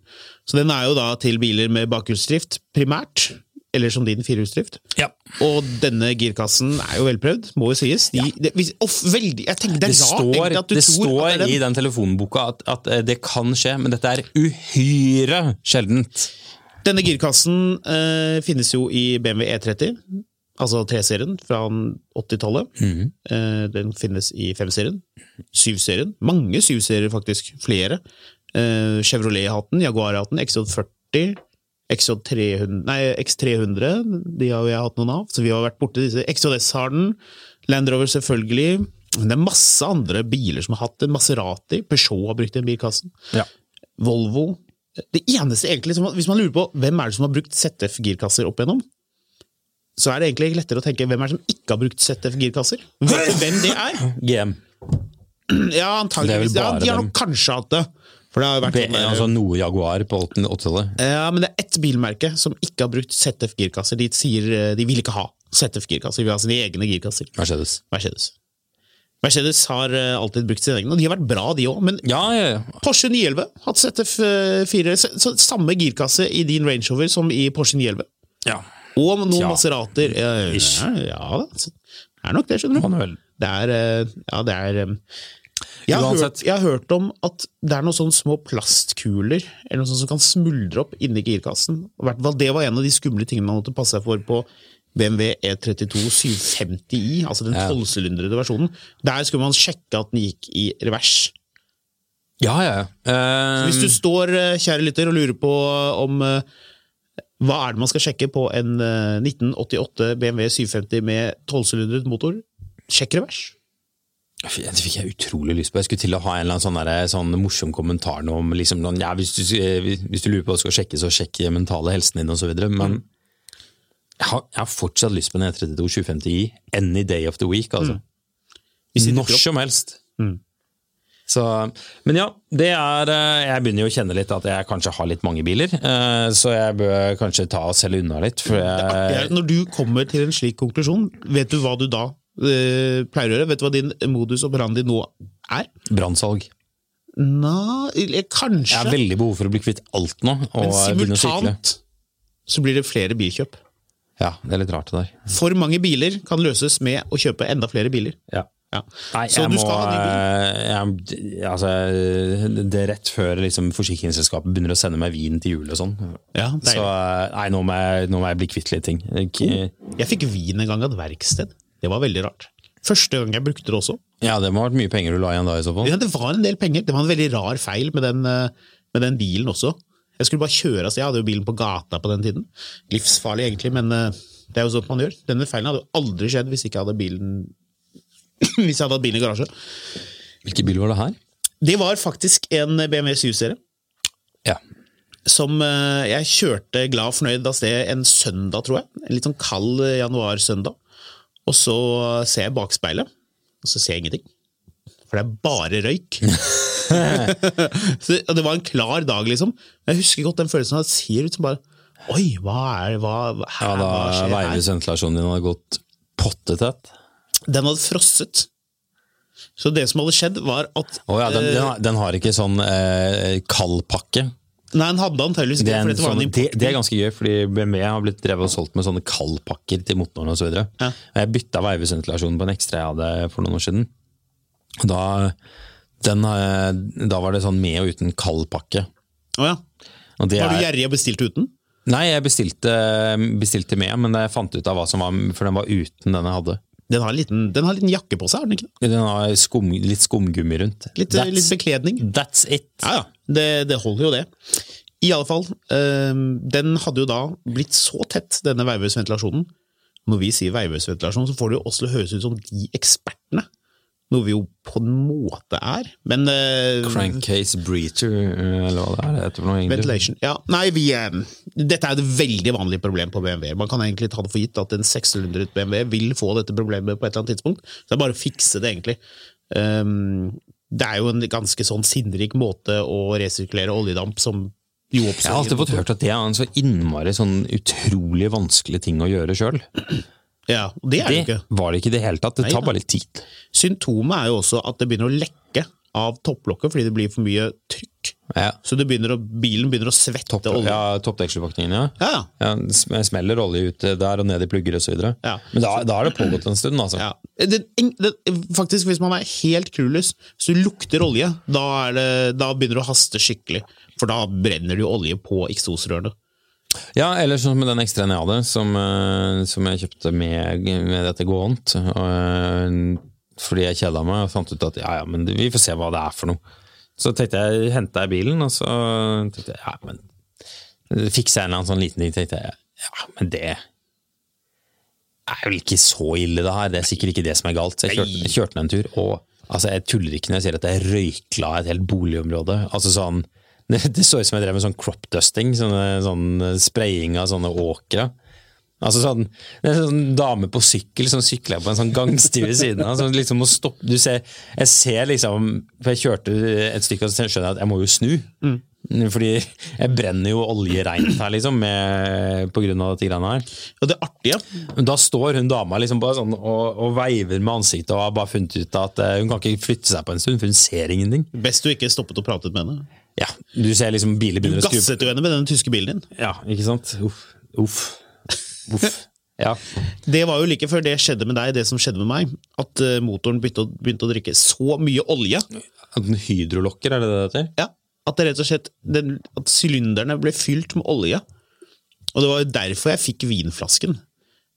A: Så den er jo da til biler med bakhjulsdrift primært, eller som din firehjulsdrift.
B: ja.
A: Og denne girkassen er jo velprøvd, må jo sies. De, det, hvis- off, veldig, jeg tenker det
B: Det
A: er rart
B: står,
A: egentlig at du
B: det
A: tror
B: står
A: at det er den.
B: i den telefonboka at, at eh, det kan skje, men dette er uhyre sjeldent.
A: Denne girkassen eh, finnes jo i BMW E30, E altså 3-serien fra 80-tallet. Eh, den finnes i 5-serien, 7-serien, mange 7-serier faktisk, flere. Eh, Chevrolet har hatt den, Jaguar har hatt den, XJ40, XJ300, nei, X300, de har jo jeg hatt noen av, så vi har vært borte disse. XJS har den, Land Rover selvfølgelig. Men det er masse andre biler som har hatt det. Maserati, Peugeot har brukt den bilkassen.
B: Ja.
A: Volvo. Det eneste egentlig, som, Hvis man lurer på hvem er det som har brukt ZF-girkasser opp igjennom, så er det egentlig lettere å tenke hvem er det som ikke har brukt ZF-girkasser? Vet du hvem det er?
B: GM.
A: Ja, antageligvis.
B: Det er
A: Ja,
B: vel bare
A: de har
B: dem.
A: nok kanskje hatt det. For det har jo vært
B: B,
A: sånn der-
B: altså noe Jaguar på 80-tallet.
A: Ja, men det er ett bilmerke som ikke har brukt ZF-girkasser. De sier eh, de vil ikke ha ZF-girkasser, de vil ha sine egne girkasser.
B: Mercedes.
A: Mercedes. Mercedes har eh, alltid brukt sine egne, og de har vært bra, de òg. Men
B: Ja, ja, ja.
A: Porsche 911 hatt ZF4, eh, så, så samme girkasse i din Range Rover som i Porsche 911.
B: ja.
A: Og noen
B: Tja.
A: Maserater. eh,
B: Ish.
A: Ja, ja da. Så Det er nok det, skjønner du.
B: Manuel.
A: Det er eh, Ja, det er eh, jeg har, hørt,
B: Uansett.
A: jeg har hørt om at det er noen sånne små plastkuler eller noe sånt som kan smuldre opp inni girkassen. Og i hvert fall Det var en av de skumle tingene man måtte passe seg for på BMW E32 750i, altså den
B: Ja.
A: tolvsylindrede versjonen. Der skulle man sjekke at den gikk i revers.
B: Ja, ja, ja. Eh,
A: Hvis du står, eh, kjære lytter, og lurer på om eh, hva er det man skal sjekke på en eh, 1988 BMW 750 med 12-sylindret motor, sjekk revers.
B: Fy, Det fikk jeg utrolig lyst på. Jeg skulle til å ha en eller annen sånn, derre- sånn morsom kommentar nå om liksom, noen, ja, hvis, du, eh, hvis du lurer på hva du skal sjekke, så sjekk mentale helsen din osv.
A: Mm.
B: Men jeg, har, jeg har fortsatt lyst på en E32 750i any day of the week.
A: Mm.
B: altså. Når som helst. Så, men ja, det er eh, Jeg begynner jo å kjenne litt at jeg kanskje har litt mange biler. eh, Så jeg bør kanskje ta og selge unna litt. For
A: Mm, Det artige
B: jeg,
A: er, når du kommer til en slik konklusjon, vet du hva du da eh, pleier å gjøre? Vet du hva din modus operandi nå er?
B: brannsalg.
A: Nei, eller
B: Jeg har
A: kanskje.
B: veldig behov for å bli kvitt alt nå. Og
A: Men
B: begynne å sykle.
A: simultant så blir det flere bilkjøp.
B: Ja, det er litt rart det der.
A: For mange biler kan løses med å kjøpe enda flere biler.
B: Ja.
A: Ja.
B: Nei,
A: så
B: jeg
A: du
B: må
A: skal ha ny bil.
B: jeg, altså, Det er rett før liksom, forsikringsselskapet begynner å sende meg vin til jul og sånn.
A: Ja,
B: Så
A: deilig.
B: eh, nei, nå må, jeg, nå må jeg bli kvitt litt ting. Eh, Ikke-
A: Jeg fikk vin en gang av et verksted. Det var veldig rart. Første gang jeg brukte det også.
B: Ja, det må ha vært mye penger du la igjen da i så fall.
A: Ja, det var en del penger. Det var en veldig rar feil med den, eh, med den bilen også. Jeg skulle bare kjøre, altså jeg hadde jo bilen på gata på den tiden. Livsfarlig egentlig, men eh, det er jo sånn man gjør. Denne feilen hadde jo aldri skjedd hvis ikke jeg hadde bilen hvis jeg hadde hatt bilen i garasje.
B: Hvilken bil var det her?
A: Det var faktisk en BMW 7-serie
B: Ja.
A: som eh, jeg kjørte glad og fornøyd av sted en søndag, tror jeg. En litt sånn kald eh, januarsøndag. Og så ser jeg bakspeilet, og så ser jeg ingenting. For det er bare røyk. så, og det var en klar dag, liksom. Men jeg husker godt den følelsen av at det ser ut som bare Oi, hva er det hva, hva,
B: ja
A: her,
B: da
A: hva skjer her?
B: Veivesventilasjonen din hadde gått pottetett.
A: Den hadde frosset. Så det som hadde skjedd, var at
B: Å ja, den,
A: eh,
B: den, har- den har ikke sånn eh, kald pakke.
A: Nei, den hadde antakeligvis
B: Det
A: ikke, for
B: er, en,
A: dette var en
B: sånn, det,
A: import.
B: det er ganske gøy, fordi BMW har blitt drevet og solgt med sånne kaldpakker til motoren osv.
A: Ja.
B: Jeg bytta veivesventilasjonen på en ekstra jeg hadde for noen år siden. Og Da, den, eh, da var det sånn med og uten kaldpakke.
A: Å ja.
B: Og det
A: Var du
B: er-
A: gjerrig og bestilte uten?
B: Nei, jeg bestilte, bestilte med, men jeg fant ut av hva som var For den var uten den jeg hadde.
A: Den har en liten, den har en liten jakke på seg, har den ikke det?
B: Den har skum, litt skumgummi rundt.
A: Litt, eh, litt bekledning.
B: that's it.
A: Ja, ja. Det, det holder jo, det. I alle fall, øhm, den hadde jo da blitt så tett, denne veivøsventilasjonen. Når vi sier veivøsventilasjon, så får det jo også høres ut som de ekspertene. Noe vi jo på en måte er, men øh,
B: Crankcase breacher, eh, eller hva det er det heter for noe, egentlig.
A: Ventilation. Ja, nei, vi, eh, dette er et veldig vanlig problem på BMW. Man kan egentlig ta det for gitt at en 600 BMW vil få dette problemet på et eller annet tidspunkt. Så det er bare å fikse det, egentlig. Ehm, det er jo en ganske sånn sinnrik måte å resirkulere oljedamp som jo
B: Jeg har alltid fått hørt at det er en så innmari sånn utrolig vanskelig ting å gjøre sjøl.
A: Ja, og det er det jo
B: Det
A: ikke.
B: var det ikke i det hele tatt. Det tar bare litt tid.
A: Symptomet er jo også at det begynner å lekke av topplokket fordi det blir for mye trykk.
B: Ja.
A: Så det begynner å, bilen begynner å svette
B: Topp,
A: olje.
B: ja, Toppdekselpakningen, ja.
A: Ja, ja.
B: ja. sm- Smeller olje ut eh, der og ned i plugger osv.
A: Ja.
B: Men da, da har det pågått en stund, altså.
A: Ja. Eh, Det, en- det, faktisk, hvis man er helt clueless, hvis du lukter olje, da, er det, da begynner det å haste skikkelig. For da brenner det jo olje på eksosrørene.
B: Ja, eller sånn med den ekstraen jeg hadde, som, eh, som jeg kjøpte med, med dette gåent. og, eh, Fordi jeg kjeda meg og fant ut at ja, ja, men vi får se hva det er for noe. Så tenkte jeg, henta jeg bilen, og så tenkte jeg ja, men fiksa jeg en eller annen sånn liten ting. tenkte jeg, ja, men det er er vel ikke så ille, det her. Det er sikkert ikke det som er galt. Så jeg kjørte, jeg kjørte den en tur, og altså, jeg tuller ikke når jeg sier at jeg røykla et helt boligområde. Altså sånn Det, det så ut som jeg drev med sånn crop dusting, sånne, sånn spraying av sånne åkre. Altså sånn, det er en sånn dame på sykkel som sykler på en sånn gangsti ved siden av. som liksom må stoppe. Du ser, jeg ser liksom For jeg kjørte et stykke, og så skjønner jeg at jeg må jo snu. Fordi jeg brenner jo olje reint her, liksom, med, på grunn av dette greiene her.
A: Og det artige
B: Men Da står hun dama liksom bare sånn og, og veiver med ansiktet og har bare funnet ut at eh, hun kan ikke flytte seg på en stund, for hun ser ingenting.
A: Best du ikke stoppet og pratet med henne.
B: Ja, Du ser liksom biler
A: Du
B: begynner å skru
A: gasset jo henne med den tyske bilen din.
B: Ja, ikke sant? Uff. Uff. Uff. Ja.
A: Det var jo like før det skjedde med deg, det som skjedde med meg. At eh, motoren begynte å, begynte å drikke så mye olje
B: En hydrolokker, er det det det heter?
A: ja, at det rett og slett den, At sylinderne ble fylt med olje. Og det var jo derfor jeg fikk vinflasken.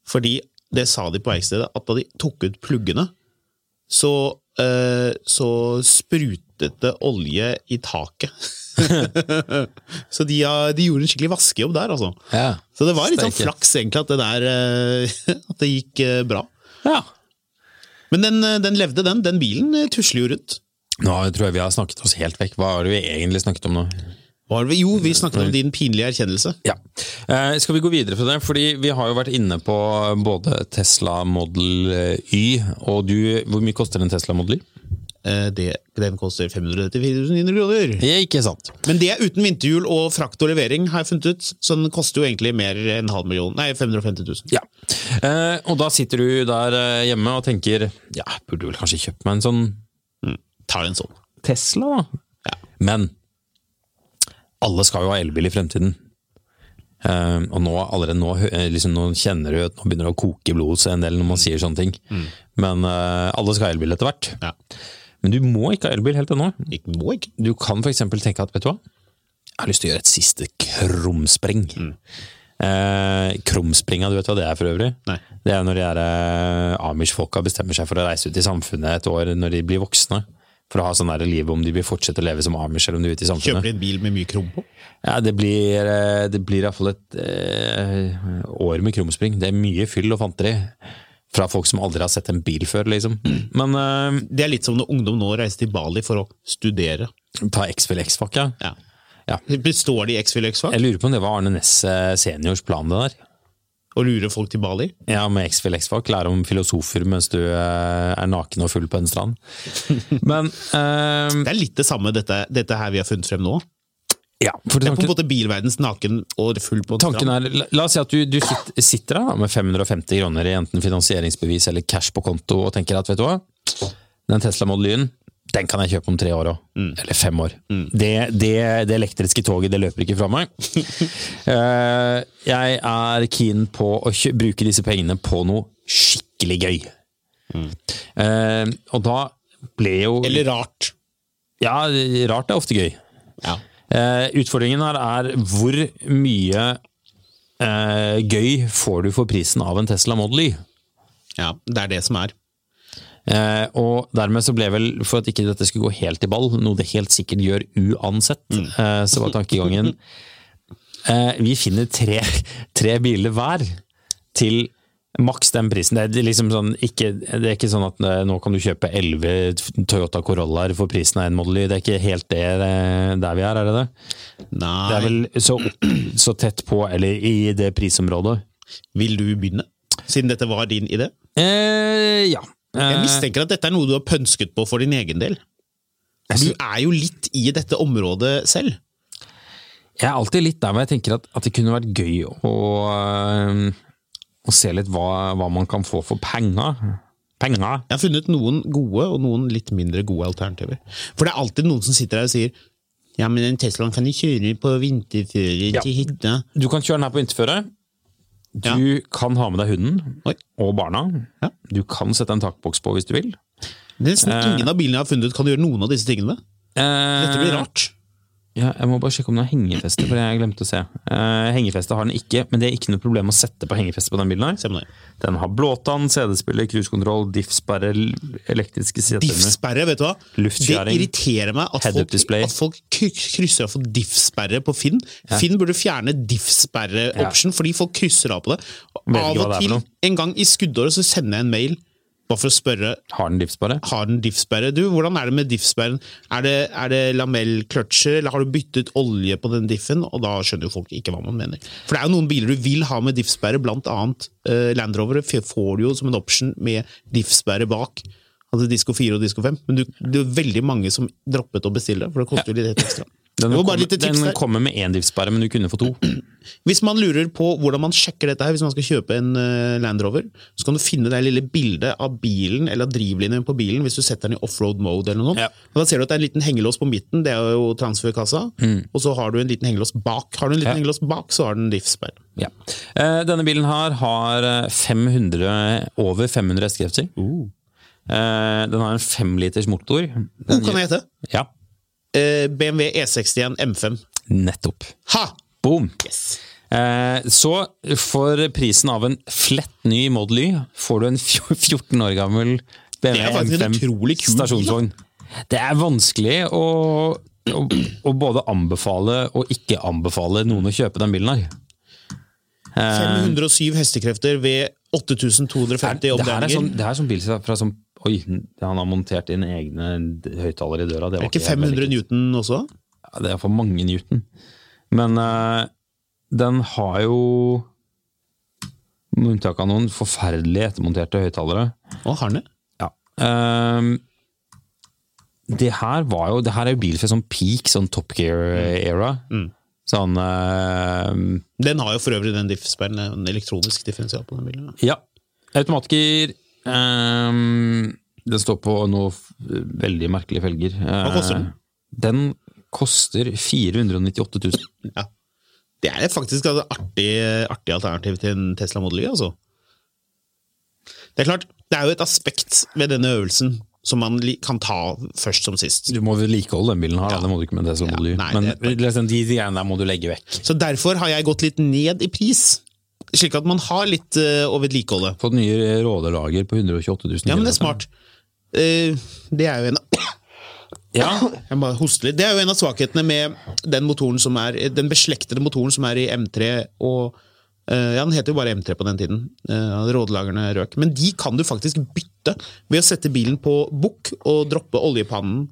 A: Fordi det sa de på verkstedet, at da de tok ut pluggene, så, eh, så sprutet det olje i taket. så de, har- de gjorde en skikkelig vaskejobb der, altså.
B: Ja.
A: Så det var litt sånn
B: Steike.
A: flaks egentlig at det der eh, At det gikk eh, bra.
B: Ja.
A: Men den, eh, den levde, den. Den bilen eh, tusler jo rundt.
B: Nå tror jeg vi har snakket oss helt vekk. Hva har vi egentlig snakket om nå?
A: Hva var det vi- Jo, vi snakket om din pinlige erkjennelse.
B: Ja. Eh, skal vi gå videre fra det? Fordi vi har jo vært inne på både Tesla Model Y, og du Hvor mye koster en Tesla Model Y?
A: Eh, det, den koster 594 900 kroner.
B: Det er ikke sant.
A: Men det er uten vinterhjul og frakt og levering, har jeg funnet ut. Så den koster jo egentlig mer enn en halv million. Nei, 550 000.
B: Ja. Eh, og da sitter du der eh, hjemme og tenker Ja, burde vel kanskje kjøpt meg en sånn
A: Tar en sånn.
B: Tesla, da. Men alle skal jo ha elbil i fremtiden. Eh, og nå, allerede nå, hø- eh, liksom, nå kjenner du at nå begynner det å koke i blodet så en del når man sier sånne ting. Men eh, alle skal ha elbil etter hvert.
A: Ja.
B: Men du må ikke ha elbil helt ennå.
A: Ikke må ikke.
B: Du kan f.eks. tenke at vet du hva? jeg har lyst til å gjøre et siste krumspring. Eh, krumspringa, du vet hva det er for øvrig?
A: Nei.
B: Det er når de der, eh, Amish-folka bestemmer seg for å reise ut i samfunnet et år når de blir voksne. For å ha sånn der liv om de vil fortsette å leve som Amish eller om de er ute i samfunnet.
A: Kjøper en bil med mye krom på.
B: Ja, det blir, eh, det blir i hvert fall et eh, år med krumspring. Det er mye fyll og fanteri. Fra folk som aldri har sett en bil før, liksom. Men eh,
A: Det er litt som når ungdom nå reiser til Bali for å studere.
B: eh, ta X-Fill X-Fac, ja.
A: Ja.
B: Ja.
A: Består de i X-Fil X-Fag
B: Jeg lurer på om det var Arne Næss eh, seniors plan, det der.
A: og lurer folk til Bali?
B: Ja, med X-Fill X-Fac. Lære om filosofer mens du eh, er naken og full på en strand. Men eh,
A: Det er litt det samme dette, dette her vi har funnet frem nå.
B: ja, for
A: Det er på en
B: tanken,
A: måte bilverdens naken og full på
B: tanken er La la oss si at du, du sitt- sitter da med 550 kroner i enten finansieringsbevis eller cash på konto og tenker at vet du hva, den Tesla Model Y-en den kan jeg kjøpe om tre år òg. Eller fem år. Det, det, det elektriske toget det løper ikke fra meg. Eh, jeg er keen på å kjø bruke disse pengene på noe skikkelig gøy. Eh, og da ble jo
A: Eller rart.
B: Ja, rart er ofte gøy.
A: Ja.
B: Eh, utfordringen her er hvor mye eh, gøy får du for prisen av en Tesla Model Y?
A: ja. Det er det som er.
B: Eh, og dermed så ble vel, for at ikke dette skulle gå helt i ball, noe det helt sikkert gjør uansett, eh, så var tankegangen eh, Vi finner tre, tre biler hver til maks den prisen. Det er liksom sånn ikke, det er ikke sånn at eh, nå kan du kjøpe elleve Toyota Corollaer for prisen av en Model Y. Det er ikke helt det eh, der vi er, er det det?
A: Nei.
B: Det er vel så, så tett på, eller i det prisområdet.
A: Vil du begynne? Siden dette var din idé?
B: Eh, ja.
A: Jeg
B: Eh,
A: mistenker at dette er noe du har pønsket på for din egen del. Du er jo litt i dette området selv.
B: Jeg er alltid litt der hvor jeg tenker at, at det kunne vært gøy å, øhm, å se litt hva, hva man kan få for penga. Penga!
A: Jeg har funnet noen gode og noen litt mindre gode alternativer. For det er alltid noen som sitter her og sier ja, men den Teslaen kan de kjøre på vinterferien
B: Ja.
A: til hytta.
B: Du kan kjøre den her på vinterføre. Du kan ha med deg hunden
A: Oi.
B: og barna.
A: Ja.
B: Du kan sette en takboks på hvis du vil. Eh. Eh.
A: Nesten ingen av bilene jeg har funnet ut kan gjøre noen av disse tingene. Dette blir rart.
B: Ja, jeg må bare sjekke om den har hengefeste, for jeg glemte å se. Eh, hengefeste har den ikke, men det er ikke noe problem å sette på hengefeste på den bilen. her.
A: Se på det.
B: Den har blåtann, CD-spiller, cruisekontroll, diff-sperre, l- elektriske seter.
A: Diff-sperre, vet du hva?
B: Luftskjæring.
A: Det irriterer meg at
B: Head-up
A: folk,
B: display.
A: at folk kry- krysser av for diff-sperre på Finn. Finn burde fjerne diff-sperre-option, fordi folk krysser av på det.
B: Vet ikke
A: Av og
B: hva det er
A: til,
B: for noe.
A: en gang i skuddåret, så sender jeg en mail bare for å spørre
B: Har den diff-sperre?
A: har den diff-sperre. Du, hvordan er det med diff-sperren? Er det, er det lamellkløtsjer, eller har du byttet olje på den diffen? Og da skjønner jo folk ikke hva man mener. For det er jo noen biler du vil ha med diff-sperre, blant annet eh, Land Rover f- får du jo som en option med diff-sperre bak. Altså Disko 4 og Disko 5. Men du, det er veldig mange som droppet å bestille, for det koster jo litt ekstra. det
B: Den,
A: var
B: kommer,
A: bare litt tips
B: den
A: der.
B: kommer med én diff-sperre, men du kunne få to.
A: Hvis man lurer på hvordan man sjekker dette her, hvis man skal kjøpe en eh, Land Rover, så kan du finne det lille bildet av bilen eller av drivlinjen på bilen hvis du setter den i offroad mode. eller noe.
B: Ja.
A: Og Da ser du at det er en liten hengelås på midten, det er jo transferkassa. Og så har du en liten hengelås bak. Har du en liten
B: Mm. Ja.
A: hengelås bak, så har den livssperre.
B: Ja. Eh, Denne bilen her har eh, 500, over 500 hestekrefter.
A: Uh.
B: Eh, Den har en femliters motor. Den
A: Hvor kan jeg hete?
B: gjør- Ja,
A: Eh, BMW E61 M5.
B: nettopp.
A: Ha!
B: Boom! Eh, Så for prisen av en flett ny Model Y får du en fjo- 14 år gammel
A: Det
B: BMW
A: er faktisk en
B: M5
A: utrolig kul bil, da.
B: stasjonsvogn. Det er vanskelig å, å, å både anbefale og ikke anbefale noen å kjøpe den bilen her. Eh.
A: 507 hestekrefter ved 8250
B: det, her er
A: omdreininger.
B: sånn, det her er sånn bil fra sånn Oi, han har montert inn egne høyttalere i døra. Det var
A: Er ikke 500
B: newton?
A: newton også?
B: Det er for mange newton. Men eh, den har jo Med unntak av noen forferdelige ettermonterte høyttalere.
A: Å, har den det?
B: Ja. Ehm, det her var jo Det her er jo bil fra sånn peak, sånn Top Gear-era. Sånn ehm,
A: Den har jo for øvrig den diffsperren, en elektronisk differensial på den bilen. da.
B: Ja. Automatgir. ehm, den står på noe f- veldig merkelige felger. Hva
A: koster den?
B: Den koster 498 000.
A: Ja. Det er faktisk et artig, artig alternativ til en Tesla Model Y, altså. Det er klart, det er jo et aspekt ved denne øvelsen som man li- kan ta først som sist.
B: Du må vedlikeholde den bilen her, da. det må du ikke med Tesla Model Y.
A: nei,
B: Men
A: det er
B: liksom, de greiene der må du legge vekk.
A: Så derfor har jeg gått litt ned i pris, slik at man har litt eh, å vedlikeholde.
B: Fått nye rådelager på 128 000.
A: Ja, men det er smart. Eh, det er jo en
B: Ja,
A: Jeg bare hoster litt. Det er jo en av svakhetene med den motoren som er Den beslektede motoren som er i M3 og eh, Ja, den heter jo bare M3 på den tiden. Uh, Rådelagerne røk. Men de kan du faktisk bytte ved å sette bilen på bukk og droppe oljepannen.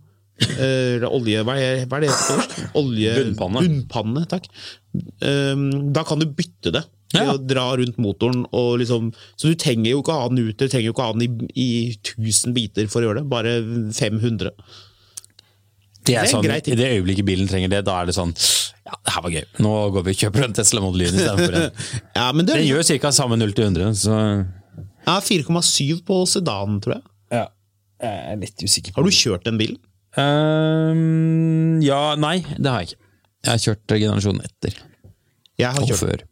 A: Eh, eller olje... Hva er, hva er det på norsk? Olje...
B: Bunnpanne.
A: Bunnpanne, takk. Eh, da kan du bytte det. Ved
B: Ja.
A: å dra rundt motoren og liksom Så du trenger jo ikke å ha den ut, du trenger jo ikke å ha den i, i 1000 biter for å gjøre det. Bare 500.
B: det er
A: Det er
B: sånn,
A: greit.
B: I det øyeblikket bilen trenger det, da er det sånn Ja, det her var gøy. Nå går vi og kjøper en Tesla Model Y istedenfor en.
A: Ja, men det,
B: Den gjør ca. samme 0 til 100, så
A: Ja, 4,7 på sedanen, tror jeg.
B: Ja. Jeg er litt usikker
A: Har du kjørt den bilen?
B: Ehm, ja, nei, det har jeg ikke. Jeg har kjørt generasjonen etter
A: Jeg har
B: og
A: kjørt den.
B: før.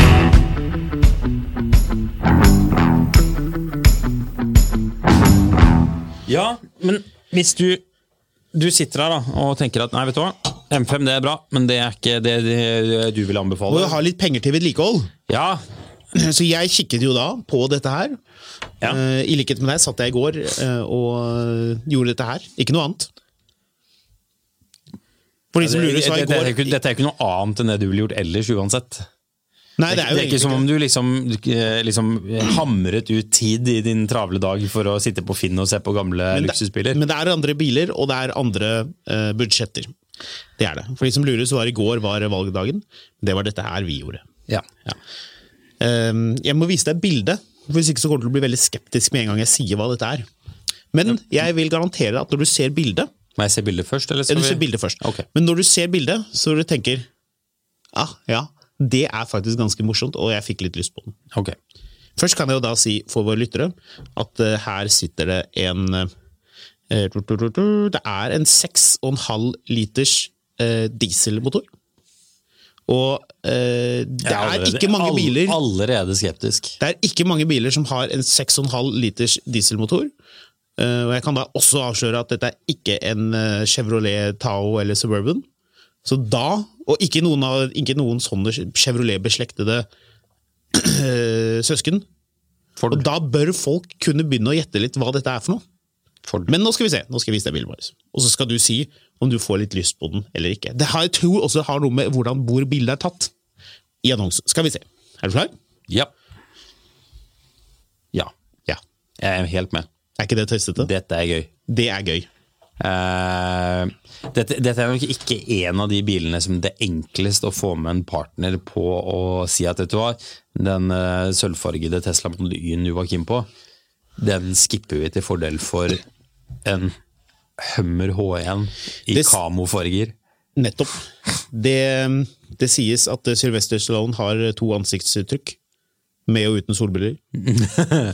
B: Ja, men hvis du Du sitter her da og tenker at nei, vet du hva, M5 det er bra, men det er ikke det, det du vil
A: Må
B: anbefale.
A: jo ha litt penger til vedlikehold.
B: Ja,
A: Så jeg kikket jo da på dette her.
B: Ja.
A: Eh, I likhet med deg satt jeg i går eh, og gjorde dette her. Ikke noe annet. For de som lurer, så har
B: det,
A: jeg i
B: det,
A: går
B: er ikke- dette er ikke noe annet enn det du ville gjort ellers uansett.
A: Nei,
B: Det er, ikke som om
A: egentlig
B: du liksom, eh, liksom hamret ut tid i din travle dag for å sitte på Finn og se på gamle
A: Men det-
B: luksusbiler.
A: Men det er andre biler, og det er andre eh, budsjetter. Det er det. For de som lurer, så var i går var valgdagen. Det var dette her vi gjorde.
B: ja.
A: Ja. Ehm, jeg må vise deg et bilde, for hvis ikke så kommer du til å bli veldig skeptisk med en gang jeg sier hva dette er. Men jeg vil garantere at når du ser bildet
B: Må jeg se bildet først? Eller
A: Ja,
B: skal
A: du
B: vi-
A: ser bildet først.
B: Ok.
A: Men når du ser bildet, så du tenker ah, ja, det er faktisk ganske morsomt, og jeg fikk litt lyst på den.
B: Ok.
A: Først kan jeg jo da si for våre lyttere at eh, her sitter det en eh, tut, tut, tut, tut, Det er en 6,5 liters eh, dieselmotor. Og eh, det
B: Jeg
A: er
B: allerede-
A: ikke mange
B: all-
A: biler
B: Allerede skeptisk.
A: det er ikke mange biler som har en 6,5 liters dieselmotor. Eh, og jeg kan da også avsløre at dette er ikke en eh, Chevrolet Tao eller Suburban. Så da, og ikke noen, av, ikke noen sånne Chevrolet-beslektede eh, søsken,
B: Ford.
A: og da bør folk kunne begynne å gjette litt hva dette er for noe.
B: Ford.
A: Men nå skal vi se. Nå skal jeg vise deg bilen vår. Og så skal du si om du får litt lyst på den eller ikke. Det har, jeg tror også det har noe med hvordan, hvor bildet er tatt i annonsen. Skal vi se. Er du klar?
B: Ja. Ja.
A: Ja.
B: Jeg er helt med.
A: Er ikke det tøysete?
B: Dette er gøy.
A: Det er gøy.
B: Eh, dette, dette er nok ikke en av de bilene som det er enklest å få med en partner på å si at vet du hva, den eh, sølvfargede Tesla Model Y-en du var keen på, den skipper vi til fordel for en Hummer H1 i
A: Det s-
B: kamofarger.
A: Nettopp. Det, det sies at Sylvester Stallone har to ansiktsuttrykk. Med og uten solbriller.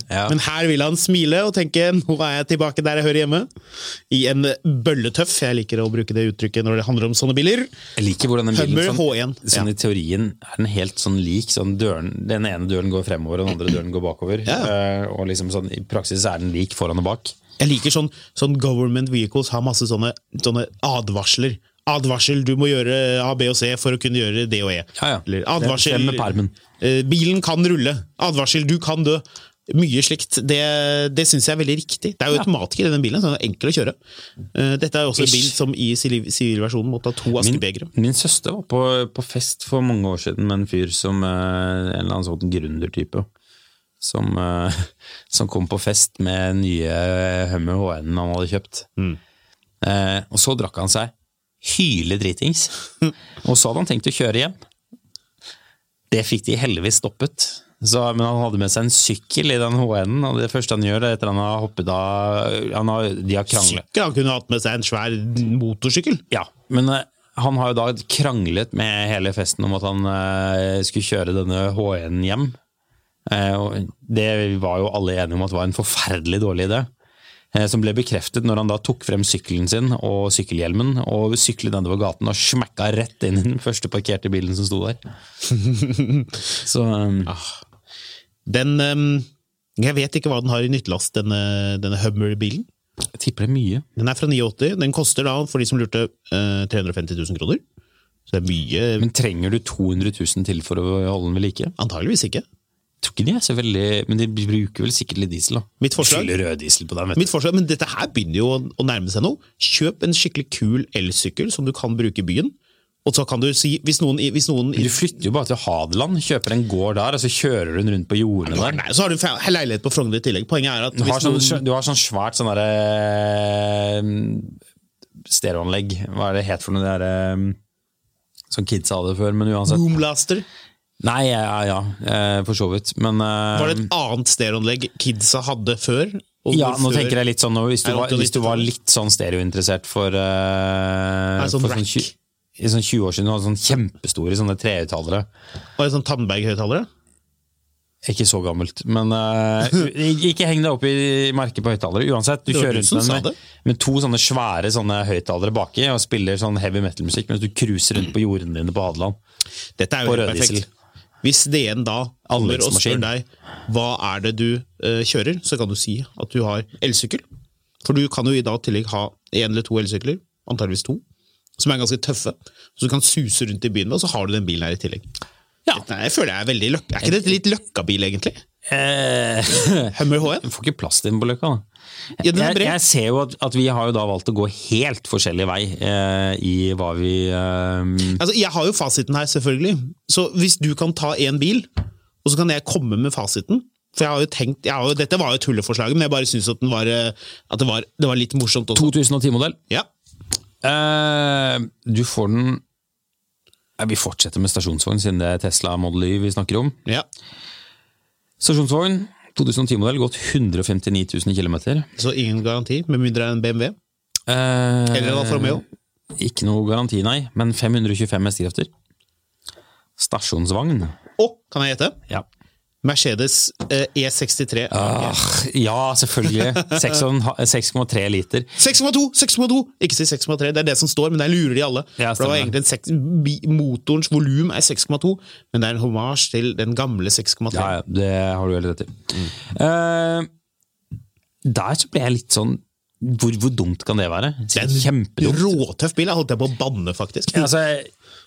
B: Ja.
A: Men her vil han smile og tenke 'nå er jeg tilbake der jeg hører hjemme'. I en bølletøff. Jeg liker å bruke det uttrykket når det handler om sånne biler.
B: Jeg liker hvordan den bilen
A: Hummer
B: sånn,
A: H1, ja.
B: sånn i teorien er den helt sånn lik. Sånn døren, den ene døren går fremover, og den andre døren går bakover.
A: Ja.
B: Eh, og liksom sånn, I praksis er den lik foran og bak.
A: Jeg liker sånn, sånn government vehicles har masse sånne, sånne advarsler. Advarsel, du må gjøre A, B og C for å kunne gjøre D og E.
B: Ja, ja.
A: Eller advarsel,
B: Frem med permen.
A: eh, bilen kan rulle. Advarsel, du kan dø. Mye slikt. Det, det syns jeg er veldig riktig. Det er jo automatikk i denne bilen, så den er enkel å kjøre. Eh, Dette er jo også en
B: Ish.
A: bil som i sivil- sivilversjonen måtte ha to askebegre.
B: Min søster var på, på fest for mange år siden med en fyr som eh, En eller annen sånn gründertype. Som, eh, som kom på fest med nye eh, Hummer HN han hadde kjøpt. Eh, og så drakk han seg hyle dritings. og så hadde han tenkt å kjøre hjem. Det fikk de heldigvis stoppet. Så, men han hadde med seg en sykkel i den HN-en, og det første han gjør er etter han har hoppet av han har, De har kranglet.
A: Sykkel, han kunne hatt med seg en svær motorsykkel.
B: Ja, men eh, han har jo da kranglet med hele festen om at han eh, skulle kjøre denne H1 hjem. Eh, og det var jo alle enige om at var en forferdelig dårlig idé. eh, Som ble bekreftet når han da tok frem sykkelen sin og sykkelhjelmen og syklet nedover gaten og smekka rett inn i den første parkerte bilen som sto der. Så eh,
A: Ah. Den eh, Jeg vet ikke hva den har i nyttelast, denne, denne Hummer-bilen.
B: jeg tipper det er mye.
A: Den er fra 89. Den koster da, for de som lurte, eh, 350 000 kroner. Så det er mye
B: Men trenger du 200 000 til for å holde den ved like?
A: Antageligvis ikke.
B: Jeg tror ikke de er så veldig Men de bruker vel sikkert litt diesel, da.
A: Mitt forslag-
B: Skyller rød diesel på dem, vet du.
A: Mitt forslag, men dette her begynner jo å- å nærme seg noe. Kjøp en skikkelig kul elsykkel som du kan bruke i byen. Og så kan du si, hvis noen, i- hvis noen i-
B: Men Du flytter jo bare til Hadeland, kjøper en gård der, og så kjører hun rundt på jordene der.
A: Nei, Så har du fe- leilighet på Frogner i tillegg. Poenget er at
B: Du har
A: hvis
B: sånn,
A: noen
B: du har sånn svært sånn derre Stereoanlegg. Hva er det het for noe det derre Som kids hadde før, men uansett.
A: Boomlaster
B: Nei, ja, ja, eh, for så vidt. Men eh,
A: var det et annet stereoanlegg kidsa hadde før. og
B: ja,
A: hvor
B: nå
A: før-
B: tenker jeg litt sånn nå, hvis du,
A: Er det
B: var, hvis du var
A: 80-tallet?
B: litt sånn stereointeressert for, eh,
A: Er det sånn
B: for
A: rack?
B: tju- i sånn 20 år siden, du hadde sånn kjempestore sånne treuttalere.
A: Var det sånn Tandberg-høyttalere?
B: Ikke så gammelt, men eh, u- ikke heng deg opp i merket på høyttalere. Uansett, du
A: Det var
B: kjører
A: du
B: rundt
A: som
B: med,
A: sa
B: med,
A: det.
B: med to sånne svære sånne høyttalere baki og spiller sånn heavy metal-musikk mens du cruiser rundt på jordene dine på Hadeland.
A: Dette er jo
B: På
A: helt
B: rød diesel.
A: perfekt. Hvis DN da kommer og spør
B: Anleggsmaskin.
A: deg hva er det du eh, kjører, så kan du si at du har elsykkel. For du kan jo i dag i tillegg ha én eller to elsykler, antageligvis to. som er ganske tøffe, som du kan suse rundt i byen med, og så har du den bilen her i tillegg.
B: Ja.
A: Dette er- jeg føler jeg er veldig løkka. Er ikke det litt løkka-bil, egentlig?
B: Eh,
A: Hummer HM?
B: Jeg får ikke plass til den på Løkka. da.
A: Ja, den er
B: Jeg,
A: bred.
B: jeg ser jo at, at vi har jo da valgt å gå helt forskjellig vei eh, i hva vi eh,
A: Altså, jeg har jo fasiten her, selvfølgelig. Så hvis du kan ta én bil, og så kan jeg komme med fasiten For jeg har jo tenkt jeg har jo, Dette var jo tulleforslaget, men jeg bare syns at, den var, eh, at det, var, det var litt morsomt også.
B: 2010-modell.
A: Ja.
B: Eh, du får den Nei, Vi fortsetter med stasjonsvogn, siden det er Tesla Model Y vi snakker om.
A: ja.
B: Stasjonsvogn, 2010-modell, gått 159 000 km.
A: Så ingen garanti, med mindre det er en BMW. Eller en Alfa Romeo.
B: Eh, Ikke noe garanti, nei, men 525 hestekrefter. Stasjonsvogn.
A: Og, kan jeg gjette?
B: Ja.
A: Mercedes eh, E63.
B: Ah, ja, selvfølgelig. 6,5 6,3 liter.
A: 6,2! 6,2! Ikke si 6,3, det er det som står, men der lurer de alle.
B: Ja,
A: For det var
B: stemmer.
A: egentlig en seks- bi- Motorens volum er 6,2, men det er en hommage til den gamle 6,3.
B: Ja, ja, det har du helt rett i. Eh, der så ble jeg litt sånn Hvor, hvor dumt kan det være?
A: Det er en
B: Kjempedumt.
A: Råtøff bil. Jeg holdt jeg på å banne, faktisk.
B: Ja, Altså,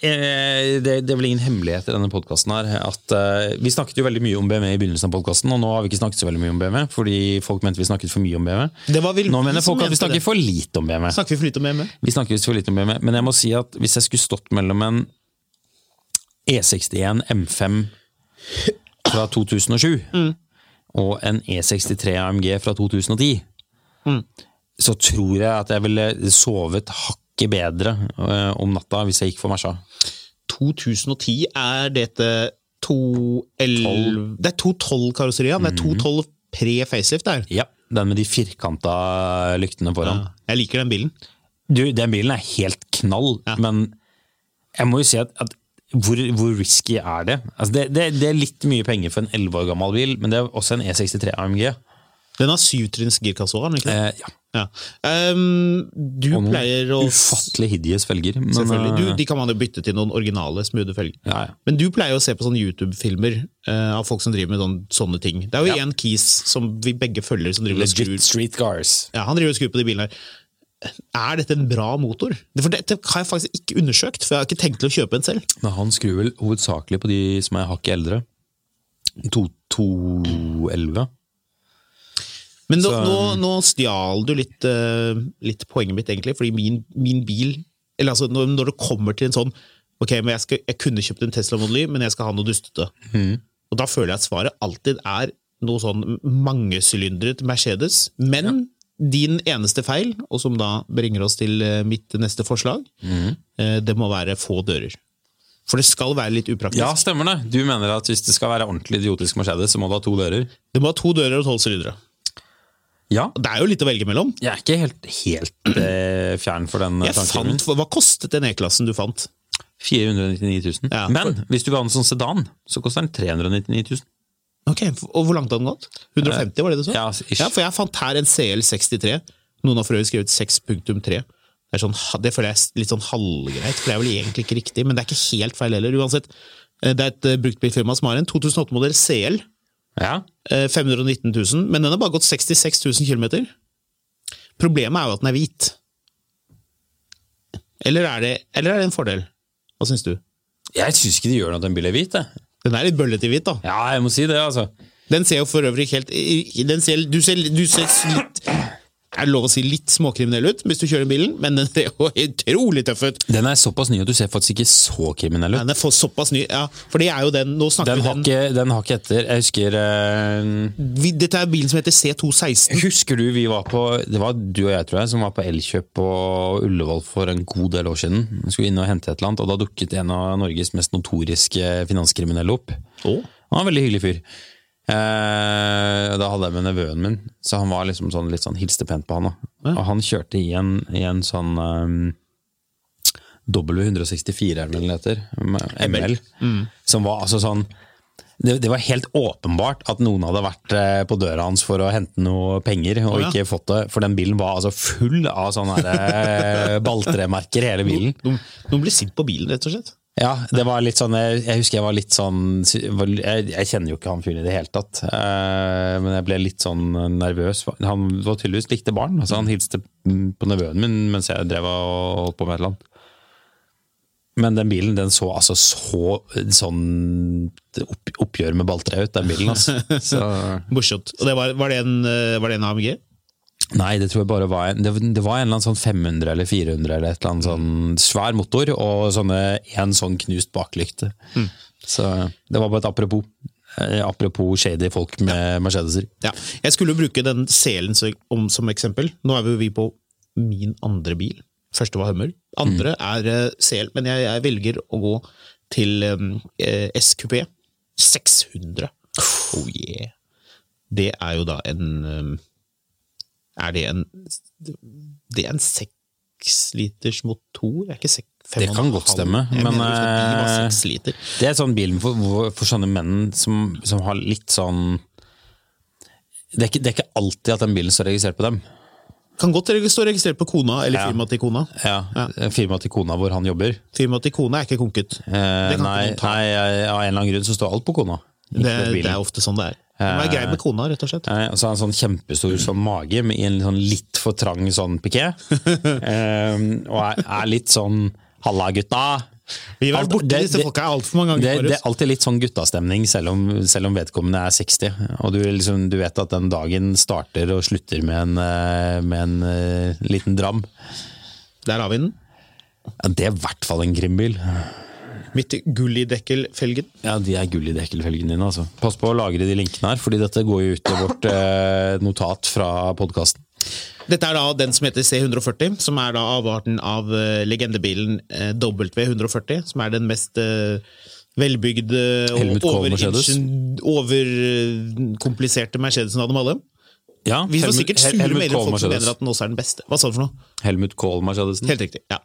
B: eh, det, det er vel ingen hemmelighet i denne podkasten her at eh, vi snakket jo veldig mye om BMW i begynnelsen av podkasten, og nå har vi ikke snakket så veldig mye om BMW, fordi folk mente vi snakket for mye om BMW.
A: Det var vel
B: nå
A: vi
B: mener
A: som
B: folk at vi
A: mente
B: snakker
A: det.
B: for lite om BMW.
A: Snakker vi for lite om hjemme?
B: Vi snakker visst for lite om BMW, men jeg må si at hvis jeg skulle stått mellom en E61 M5 fra 2007 og en E63 AMG fra 2010, så tror jeg at jeg ville sovet hakket bedre eh, om natta hvis jeg gikk for Merca.
A: 2010 er dette 211 Det er 212-karosseriet. Det er 212 pre-facelift der.
B: Ja, den med de firkanta lyktene foran.
A: Jeg liker den bilen.
B: Du, den bilen er helt knall, men jeg må jo si at, at hvor, hvor risky er det? Altså det, det? Det er litt mye penger for en 11 år gammel bil, men det er også en E63 AMG.
A: Den har syvtrinns girkasse òg, har den ikke det?
B: Eh, ja.
A: Ja. Ehm, du
B: Og noen
A: pleier å
B: ufattelig hideous felger. Men,
A: Selvfølgelig. Du,
B: eh,
A: de kan man jo bytte til noen originale, smoothe felger.
B: Ja, ja.
A: Men du pleier jo å se på sånne YouTube-filmer eh, av folk som driver med sånne, sånne ting. Det er jo én Keys som vi begge følger, som driver og skrur
B: legit street cars.
A: ja, han driver og skrur på de bilene her. Er dette en bra motor? For Dette har jeg faktisk ikke undersøkt, for jeg har ikke tenkt til å kjøpe en selv.
B: Men han skrur vel hovedsakelig på de som er hakket eldre. To- 211.
A: Men nå,
B: Så- um,
A: nå, nå stjal du litt, eh, litt poenget mitt, egentlig, fordi min, min bil eller altså, når, når det kommer til en sånn Ok, men jeg, skal, jeg kunne kjøpt en Tesla Model Y, men jeg skal ha noe dustete.
B: Mhm.
A: Og da føler jeg at svaret alltid er noe sånn mangesylindret Mercedes. Men din eneste feil, og som da bringer oss til eh, mitt neste forslag,
B: Mhm.
A: eh, det må være få dører. For det skal være litt upraktisk.
B: Ja, stemmer det. Du mener at hvis det skal være ordentlig idiotisk Mercedes, så må du ha to dører?
A: Det må ha to dører og tolv sylindere.
B: Ja.
A: Det er jo litt å velge mellom.
B: Jeg er ikke helt, helt eh, fjern for den eh,
A: Jeg
B: tanken min.
A: fant, hva kostet den E-klassen du fant?
B: 499 000.
A: Ja.
B: Men hvis du vil ha en sånn sedan, så koster den 399 000.
A: Ok, Og hvor langt har den gått? 150, var det du sa?
B: Ja, ish.
A: for jeg fant her en CL63. Noen har for øvrig skrevet 6.3. Det, er sånn, det føler jeg er litt sånn halvgreit, for det er vel egentlig ikke riktig, men det er ikke helt feil heller. Uansett, eh, det er et eh, bruktbilfirma som har en 2008-modell CL.
B: Ja.
A: eh, 519 000, men den har bare gått 66 000 km. Problemet er jo at den er hvit. Eller er det, eller er det en fordel? Hva syns du?
B: Jeg syns ikke det gjør noe at en bil er hvit. Jeg.
A: Den er litt bøllete hvit, da.
B: Ja, jeg må si det, altså.
A: Den ser jo for øvrig helt i- i- den ser, du, ser, du ser litt Er det lov å si litt småkriminell ut hvis du kjører bilen, men den ser jo utrolig tøff ut.
B: Den er såpass ny at du ser faktisk ikke så kriminell ut.
A: Den er for, såpass ny, ja, for det er jo den Nå snakker
B: Den
A: vi
B: har
A: den,
B: ikke, den har ikke etter. Jeg husker eh,
A: vi, Dette er bilen som heter C216.
B: Husker du vi var på Det var du og jeg, tror jeg, som var på Elkjøp på Ullevål for en god del år siden. Vi skulle inn og hente et eller annet, og da dukket en av Norges mest notoriske finanskriminelle opp.
A: Å.
B: Han var en veldig hyggelig fyr. Eh, da hadde jeg med nevøen min, så han var liksom sånn, litt sånn hilste pent på han. Da. Og han kjørte i en, i en sånn eh, W164 er det vel den heter, ML,
A: Mm.
B: som var altså sånn det, det var helt åpenbart at noen hadde vært eh, på døra hans for å hente noe penger, og
A: Å, ja.
B: ikke fått det, for den bilen var altså full av sånne her, eh, balltremerker, hele bilen.
A: Noen, noen blir sint på bilen, rett og slett.
B: Ja, det var litt sånn, jeg, jeg husker jeg var litt sånn var- Jeg, jeg kjenner jo ikke han fyren i det hele tatt, eh, men jeg ble litt sånn nervøs. Han var tydeligvis likte barn. altså Han hilste mm, på nevøen min mens jeg drev og holdt på med et eller annet. Men den bilen den så altså så sånn opp, oppgjør med balltre ut, den bilen. altså. Så,
A: Morsomt. Og det var, var, det en, eh, var det en AMG?
B: nei, det tror jeg bare var en Det, det var en eller annen sånn 500 eller 400 eller et eller annet sånn svær motor, og sånne, en sånn knust baklykt.
A: Mm.
B: Så det var bare et apropos. Eh, Apropos shady folk med Mercedeser.
A: Ja. Jeg skulle jo bruke den selen som- om som eksempel. Nå er jo vi på min andre bil. Første var Hummer. Andre
B: Mm.
A: er eh, sel, men jeg, jeg velger å gå til um, eh, SQP 600. Oh yeah! Det er jo da en um, Er det en Det er en seksliters motor? Det er ikke sek, fem
B: Det
A: og en
B: kan godt
A: halv.
B: stemme,
A: Jeg
B: men,
A: mener, hvis det var
B: eh,
A: seks liter.
B: Det er sånn bilen for, hvor- for sånne menn som, som har litt sånn det er, ikke, det er ikke alltid at den bilen står registrert på dem.
A: Kan godt reg- stå registrert på kona, eller
B: Ja.
A: firmaet til kona.
B: Ja, Firmaet til kona hvor han jobber.
A: Firmaet til kona er ikke konket.
B: Eh,
A: det kan ikke
B: nei,
A: noen ta.
B: nei, eh, av en eller annen grunn så står alt på kona. Ikke
A: Det,
B: på bilen.
A: det er ofte sånn det er. Man er grei med kona, rett og slett.
B: Eh, og så har han sånn kjempestor sånn mage med en sånn litt for trang sånn piké. Eh, og er, er litt sånn 'halla, gutta'.
A: Vi har vært
B: Alt-
A: borti
B: det-
A: disse
B: det-
A: folka altfor mange ganger.
B: Det, det
A: Marius.
B: er alltid litt sånn guttastemning, selv om, selv om vedkommende er 60. Og du, liksom, du vet at den dagen starter og slutter med en, eh, med en eh, liten dram.
A: Der har vi den.
B: Ja, det er i hvert fall en krimbil.
A: Mitt gull i dekkelfelgen.
B: Ja, de er gull i dekkelfelgene dine, altså. Pass på å lagre de linkene her, fordi dette går jo ut i vårt eh, notat fra podkasten.
A: Dette er da den som heter C140, som er da avarten av eh, legendebilen eh, W140, som er den mest eh, velbygde og
B: Helmut Kohl
A: over-
B: Mercedes.
A: ingen- overkompliserte Mercedesen av dem alle.
B: Ja,
A: Vi får
B: Helmut-
A: sikkert
B: Hel-
A: sure
B: Helmut
A: mailer
B: Kohl
A: folk som
B: Mercedes.
A: mener at den også er den beste. Hva sa du for noe?
B: Helmut Kohl Mercedesen.
A: Helt riktig. ja.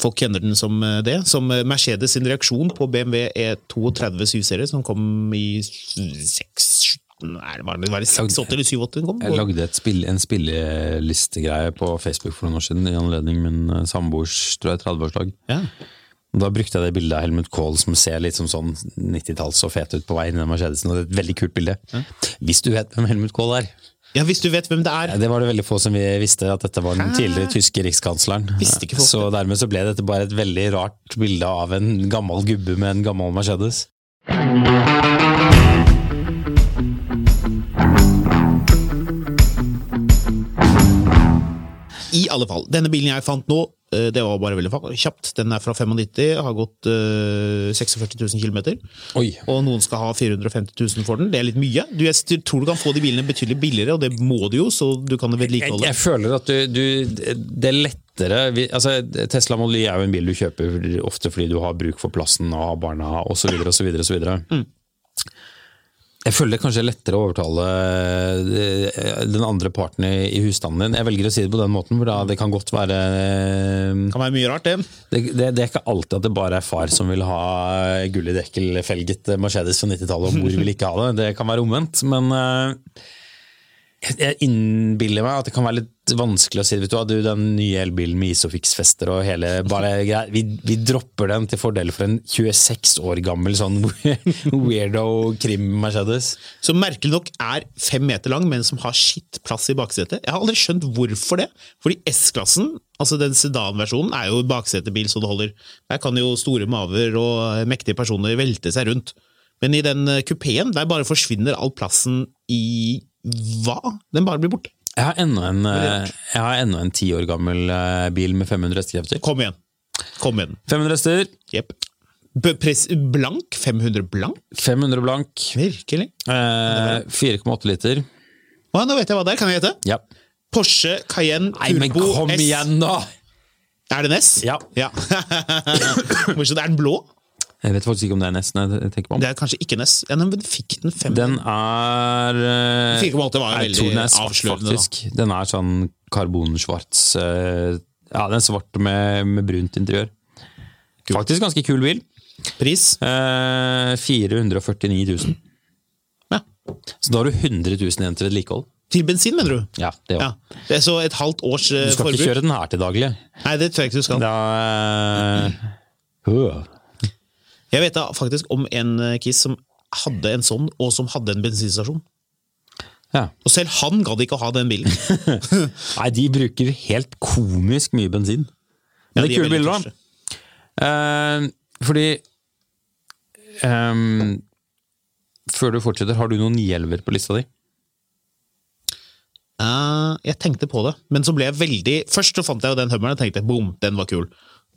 A: Folk kjenner den som eh, det. Som eh, Mercedes sin reaksjon på BMW E32 7-serie, E som kom i 6 Nei, det var det var i 68 eller 87 den kom.
B: Jeg lagde et spill, en spillelistegreie på Facebook for noen år siden i anledning min eh, samboers tror jeg, 30-årsdag.
A: Ja.
B: Og Da brukte jeg det bildet av Helmut Kohl som ser litt som sånn 90-talls og fet ut på vei inn i den Mercedesen. Og det er et veldig kult bilde. Hvis du vet hvem Helmut Kohl er.
A: ja, hvis du vet hvem det er.
B: Ja, Det var det veldig få som vi visste at dette var den tidligere tyske rikskansleren.
A: Visste ikke folk
B: Så dermed så ble dette bare et veldig rart bilde av en gammel gubbe med en gammel Mercedes.
A: I alle fall. Denne bilen jeg fant nå, eh, det var bare veldig fa- kjapt. Den er fra 95, har gått eh, 46 000 km.
B: Oi.
A: Og noen skal ha 450 000 for den. Det er litt mye. Du, jeg st- tror du kan få de bilene betydelig billigere, og det må du jo, så du kan
B: Jeg,
A: vedlikeholde.
B: jeg føler at du, du Det er lettere vi, altså, Tesla Model Y er jo en bil du kjøper ofte fordi du har bruk for plassen og har barna osv. osv. Mm. Jeg føler det kanskje er lettere å overtale eh, den andre parten i i husstanden din. Jeg velger å si det på den måten, for da det kan godt være eh,
A: Det kan være mye rart, det.
B: det, det, det er ikke alltid at det bare er far som vil ha gull i dekkel-felget Mercedes fra 90-tallet, og mor vil ikke ha det. Det kan være omvendt. Men eh, jeg- jeg innbiller meg at det kan være litt vanskelig å si vet du hva, du, den nye elbilen med Isofix-fester og hele bare greier, vi, vi dropper den til fordel for en 26 år gammel sånn weirdo krim-Mercedes.
A: som merkelig nok er fem meter lang, men som har skittplass i baksetet. Jeg har aldri skjønt hvorfor det. Fordi S-klassen, altså den sedanversjonen, er jo baksetebil så det holder. Der kan jo store maver og mektige personer velte seg rundt. Men i den eh, kupeen, der bare forsvinner all plassen i hva? Den bare blir borte.
B: Jeg har ennå en, eh,
A: rart.
B: jeg har ennå en ti år gammel eh, bil med 500 hestekrefter.
A: Kom igjen. Kom igjen.
B: 500 hester,
A: Jepp. B- Press blank? 500 blank?
B: 500 blank,
A: Virkelig?
B: eh, 4,8 liter.
A: Å, nå vet jeg hva det er. Kan jeg gjette?
B: Ja.
A: Porsche Cayenne
B: Nei, men
A: Turbo
B: kom
A: S.
B: igjen, da!
A: Er det en S?
B: Ja.
A: Morsomt. Er den blå?
B: Jeg vet faktisk ikke om det er nesten jeg tenker på.
A: Det er kanskje ikke en S. Ja, men fikk den fem?
B: Den er eh,
A: 4,8 var jo
B: jeg tror
A: veldig
B: den er svart,
A: avslørende, da.
B: Faktisk. Den er sånn karbonsvarts eh, Ja, den er svart med, med brunt interiør. Faktisk ganske kul bil.
A: Pris?
B: Eh, 449 000.
A: Ja.
B: Så da har du 100 000 igjen til vedlikehold.
A: Til bensin, mener du?
B: Ja, det
A: Ja.
B: var.
A: Det er så et halvt års eh,
B: Du skal
A: forbruk?
B: ikke kjøre den her til daglig.
A: Nei, det tror jeg ikke du skal.
B: Da, eh, øh.
A: Jeg vet da faktisk om en eh, Kiss som hadde en sånn, og som hadde en bensinstasjon.
B: ja.
A: Og selv han gadd ikke å ha den bilen.
B: Nei, de bruker helt komisk mye bensin. Men
A: Ja,
B: det
A: de
B: er
A: er
B: kule
A: veldig
B: bilder,
A: tørste.
B: da. Eh, fordi ehm, Før du fortsetter, har du noen nielver på lista di?
A: Eh, jeg tenkte på det, men så ble jeg veldig Først så fant jeg jo den hummeren og tenkte bom, den var kul.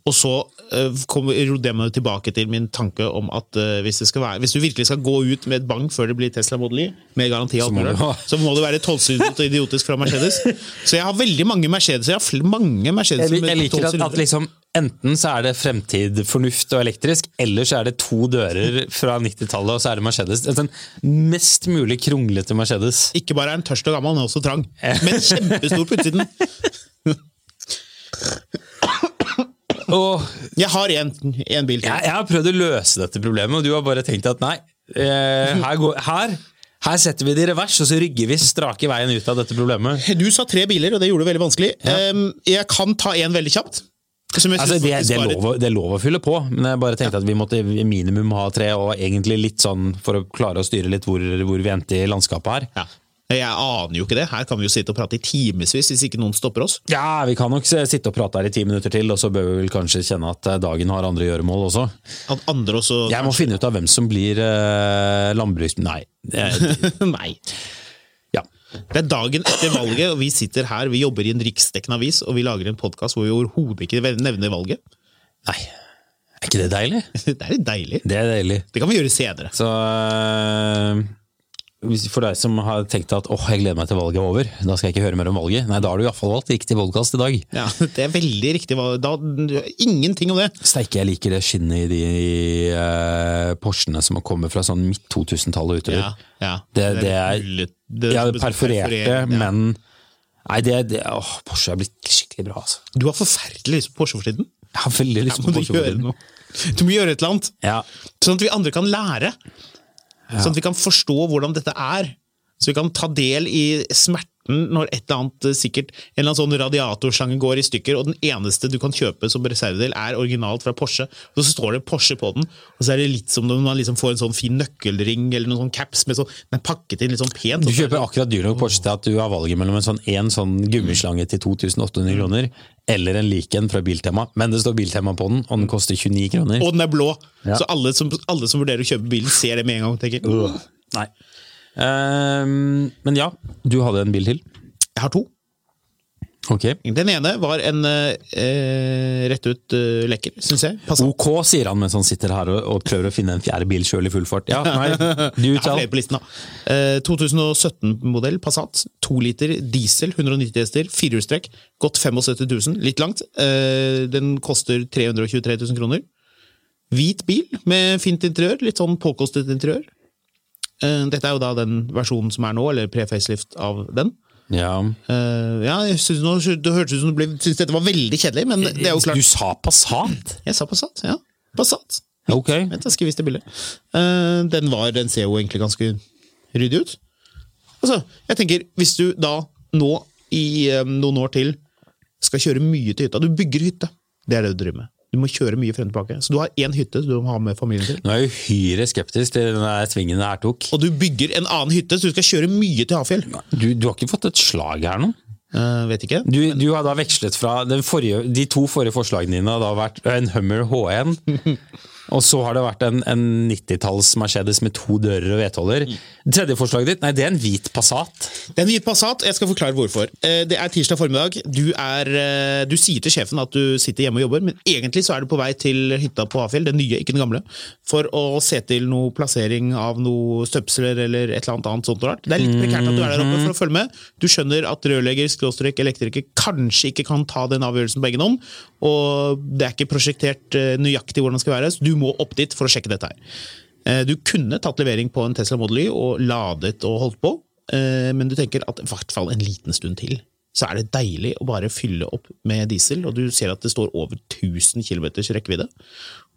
A: Og så eh, kom rodde jeg meg tilbake til min tanke om at eh, hvis, det skal være, hvis du virkelig skal gå ut med et bang før det blir Tesla Model Y, med garanti, og alt
B: Så må
A: mulig,
B: du ha-
A: så må det være tolvsudret og idiotisk fra Mercedes. Så jeg har veldig mange Mercedes. Jeg har fl mange Mercedes
B: Jeg,
A: med
B: liker at,
A: 12-sylindere.
B: liksom Enten så er det fremtid, fornuft og elektrisk, eller så er det to dører fra 90-tallet, og så er det Mercedes. Den mest mulig kronglete Mercedes.
A: Ikke bare er den tørst og gammel, men også trang. Men kjempestor på utsiden.
B: Og
A: Jeg har én én bil
B: jeg,
A: til.
B: jeg har prøvd å løse dette problemet, og du har bare tenkt at nei, eh, her, går, her, her setter vi det i revers, og så rygger vi strake veien ut av dette problemet.
A: Du sa tre biler, og det gjorde det veldig vanskelig. Em, jeg kan ta én veldig kjapt. som jeg
B: Altså,
A: synes
B: det,
A: faktisk
B: det, er
A: var et-
B: lov, å- det er lov å fylle på, men jeg bare tenkte at vi måtte minimum ha tre, og egentlig litt sånn for å klare å styre litt hvor, hvor vi endte i landskapet her.
A: Ja. Jeg aner jo ikke det. Her kan vi jo sitte og prate i timevis hvis ikke noen stopper oss.
B: Ja, vi kan nok s- sitte og prate her i ti minutter til, og så bør vi vel kanskje kjenne at eh, dagen har andre gjøremål også.
A: At andre også
B: Jeg må finne ut av hvem som blir eh, landbruks... Nei. eh,
A: Nei.
B: Ja.
A: Det er dagen etter valget, og vi sitter her, vi jobber i en riksdekkende avis, og vi lager en podkast hvor vi overhodet ikke nevner valget.
B: Nei. Er ikke det deilig?
A: Det er litt deilig.
B: Det er deilig.
A: Det kan vi gjøre senere.
B: Så øh, hvis- for deg som har tenkt at åh, jeg gleder meg til valget er over, da skal jeg ikke høre mer om valget. Nei, da har du iallfall valgt riktig podkast i dag.
A: Ja, Det er veldig riktig. valg. Da, ingenting om det.
B: Steike, jeg liker det skinnet i de øh, Porschene som kommer fra sånn midt 2000-tallet og utover.
A: Ja, ja.
B: Det, det er
A: hullet- det-
B: ja,
A: det-
B: perforerte,
A: perforert, ja.
B: men Nei, det, det Åh, Porsche er blitt skikkelig bra, altså.
A: Du har forferdelig lyst på Porsche for tiden.
B: Jeg har veldig
A: Her
B: lyst
A: må
B: på
A: du
B: Porsche. for
A: gjøre
B: tiden.
A: noe. Du må gjøre et eller annet.
B: Ja.
A: Sånn at vi andre kan lære. Sånn at vi kan forstå hvordan dette er. Så vi kan ta del i smerten når et eller annet eh, sikkert En eller annen sånn radiatorslange går i stykker, og den eneste du kan kjøpe som reservedel, er originalt fra Porsche. Og så står det Porsche på den, og så er det litt som når man liksom får en sånn fin nøkkelring eller noen sånn caps med sånn Den er pakket inn litt sånn pent.
B: Du
A: og så er
B: kjøper akkurat dyr nok Porsche til at du har valget mellom en sånn, en sånn gummislange til 2800 kroner, eller en lik en fra Biltema. Men det står Biltema på den, og den koster 29 kroner.
A: det- og den er blå!
B: Ja.
A: Så alle som, alle som vurderer å kjøpe bilen, ser det med en gang. tenker jeg.
B: Nei. Ehm, men ja, du hadde en bil til.
A: Jeg har to.
B: Ok.
A: Den ene var en eh, eh, rett ut eh, lekker, syns jeg. Passet.
B: OK, sier han mens han sitter her og, og prøver å finne en fjerde bil sjøl i full fart. Ja, nei, du
A: Jeg har
B: tell.
A: flere på listen, da. Eh, 2017-modell Passat. 2 liter diesel, 190 hester, firehjulstrekk. Gått 75 000, litt langt. Eh, den koster 323 000 kroner. Hvit bil med fint interiør, litt sånn påkostet interiør. Eh, dette er jo da den versjonen som er nå, eller pre-facelift av den.
B: Ja.
A: Eh, ja, jeg synes nå, Det hørtes ut som du ble- syntes dette var veldig kjedelig, men det er jo
B: Eh, Du
A: klart.
B: sa Passat?
A: Jeg sa Passat, ja. Passat.
B: Ok.
A: Vent, jeg skal vise deg bildet. Eh, den, var, den ser jo egentlig ganske ryddig ut. Altså, jeg tenker, Hvis du da nå i eh, noen år til skal kjøre mye til hytta Du bygger hytte. Det er det du driver med. Du må kjøre mye frem og tilbake. Så du har én hytte du må ha med familien til.
B: Nå er jeg uhyre skeptisk til den der svingen det her tok.
A: Og du bygger en annen hytte, så du skal kjøre mye til Hafjell.
B: Du, du har ikke fått et slag her nå?
A: Eh, vet ikke.
B: Du, du har da vekslet fra den forrige, De to forrige forslagene dine har da vært en Hummer H1, og så har det vært en, en 90-talls Mercedes med to dører og vedholder. Tredje forslaget ditt, nei, det er en hvit Passat.
A: Det er en hvit Passat. Jeg skal forklare hvorfor. Eh, Det er tirsdag formiddag. Du, er, eh, du sier til sjefen at du sitter hjemme og jobber, men egentlig så er du på vei til hytta på Hafjell, den nye, ikke den gamle, for å se til noe plassering av noe støpsler eller et eller annet annet sånt rart. Det er litt prekært at du er der oppe for å følge med. Du skjønner at rørlegger, skråstrek, elektriker kanskje ikke kan ta den avgjørelsen på egen hånd, og det er ikke prosjektert eh, nøyaktig hvordan det skal være, så du må opp dit for å sjekke dette her. Eh, Du kunne tatt levering på en Tesla Model Y og ladet og holdt på, eh, men du tenker at i hvert fall en liten stund til. Så er det deilig å bare fylle opp med diesel, og du ser at det står over 1000 km rekkevidde.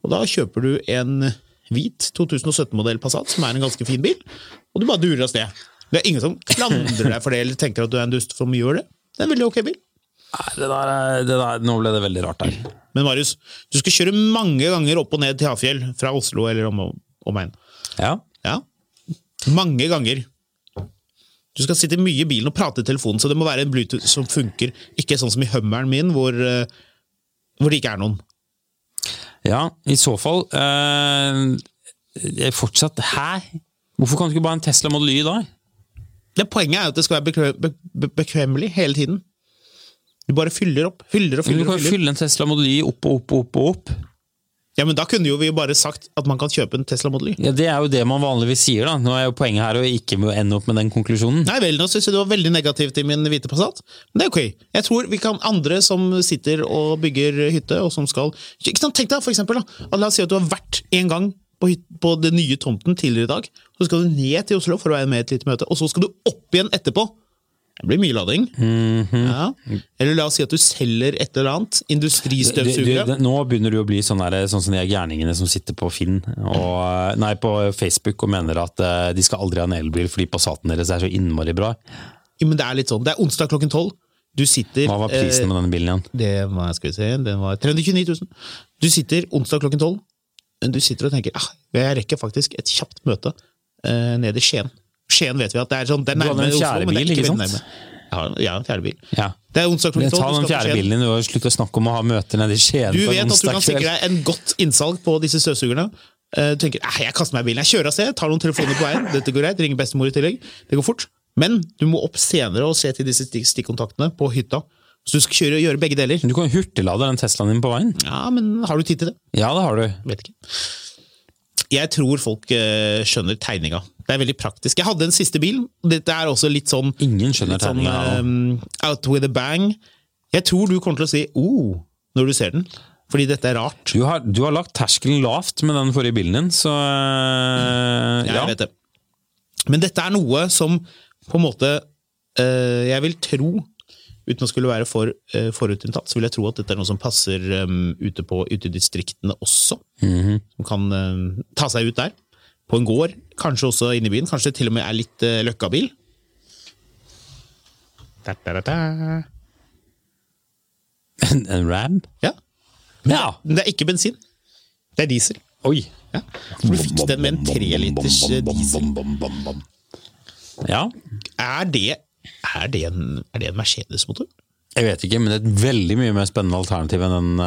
A: Og da kjøper du en hvit 2017-modell Passat, som er en ganske fin bil, og du bare durer av sted. Det er ingen som klandrer deg for det, eller tenker at du er en dust for mye gjør det. Det er en veldig ok bil.
B: Nei, det der, er- det der, nå ble det veldig rart her.
A: Men Marius, du skal kjøre mange ganger opp og ned til Hafjell fra Oslo eller om- omegn.
B: Ja.
A: Ja. Mange ganger. Du skal sitte mye i bilen og prate i telefonen, så det må være en Bluetooth som funker. Ikke sånn som i Hummeren min, hvor, eh, hvor det ikke er noen.
B: Ja, i så fall. eh, det er fortsatt Hæ? Hvorfor kan du ikke bare ha en Tesla Model Y da?
A: Det Poenget er jo at det skal være bekve- be- be- bekvemmelig hele tiden. Du bare fyller opp. Fyller og
B: Du
A: fyller.
B: kan
A: og
B: jo
A: fyller.
B: fylle en Tesla Model Y opp og opp og opp. og opp.
A: Ja, men Da kunne jo vi bare sagt at man kan kjøpe en Tesla Model Y.
B: Ja, Det er jo det man vanligvis sier. da. Nå er jo poenget her å ikke ende opp med den konklusjonen.
A: Nei vel, nå syns jeg du var veldig negativ til min hvite Passat. Men det er ok. Jeg tror vi kan andre som sitter og bygger hytte, og som skal Ikke sant, Tenk deg for eksempel, da, at la oss si at du har vært en gang på, hyt, på den nye tomten tidligere i dag. Så skal du ned til Oslo for å være med i et lite møte, og så skal du opp igjen etterpå. Det blir mye lading.
B: Mhm.
A: ja. Eller la oss si at du selger et eller annet.
B: Du, du,
A: Industristøvsugere.
B: det- nå begynner du å bli sånn, der, sånn som de gjerningene som sitter på Finn og, nei, på Facebook og mener at eh, de skal aldri ha en elbil fordi Passaten deres er så innmari bra.
A: Ja, men det er litt sånn. Det er onsdag klokken tolv. Du sitter
B: Hva var
A: Eh,
B: prisen på denne bilen igjen?
A: Det var, skal vi se, den var 329 000. Du sitter onsdag klokken 12, men du sitter og tenker ah, jeg rekker faktisk et kjapt møte eh, ned i Skien. Skien vet vi at det er sånn, det er
B: Du hadde
A: nærme
B: en
A: Oslo,
B: fjerde
A: men det er
B: bil,
A: ikke
B: ikke
A: veldig
B: sant?
A: nærme. Jeg har, jeg har en fjerde bil.
B: Ja.
A: Det er onsdag
B: Men
A: klokken 12.
B: Ta
A: du
B: den
A: skal til
B: fjerde
A: Skien.
B: bilen din og slutt å snakke om å ha møter nede i Skien
A: Du
B: på en
A: vet at du
B: onsdag
A: kan sikre
B: kveld.
A: deg en godt innsalg på disse støvsugerne. Eh, Du tenker «Ah, jeg kaster meg i bilen, jeg kjører av sted, tar noen telefoner på veien, dette går greit, ringer bestemor i tillegg. Det går fort. Men du må opp senere og se til disse stikk- stikkontaktene på hytta. Så du skal kjøre og gjøre begge deler.
B: Du kan jo hurtiglade den Teslaen din på veien.
A: Ja, men har du tid til det?
B: Ja, det har du.
A: Vet ikke. Jeg tror folk eh, skjønner tegninga. Det er veldig praktisk. Jeg hadde en siste bil. Dette er også litt sånn
B: Ingen skjønner
A: litt sånn,
B: tegninga.
A: eh, out with a bang. Jeg tror du kommer til å si oh når du ser den, fordi dette er rart.
B: Du har, du har lagt terskelen lavt med den forrige bilen din, så eh,
A: Jeg
B: ja.
A: vet det. Men dette er noe som på en måte eh, Jeg vil tro, uten å skulle være for eh, forutinntatt, så vil jeg tro at dette er noe som passer eh, ute, på, ute i distriktene også. Som kan eh, ta seg ut der. På en gård, kanskje også inne i byen. Kanskje det til og med er litt eh, løkkabil. Da, da, da, da.
B: En, en Ram?
A: Ja.
B: Ja!
A: Men det er ikke bensin. Det er diesel.
B: Oi.
A: Ja. For du fikk den med en treliters eh, diesel.
B: Ja,
A: Er det, er det en, er det en Mercedes-motor?
B: jeg vet ikke, men det er et veldig mye mer spennende alternativ enn den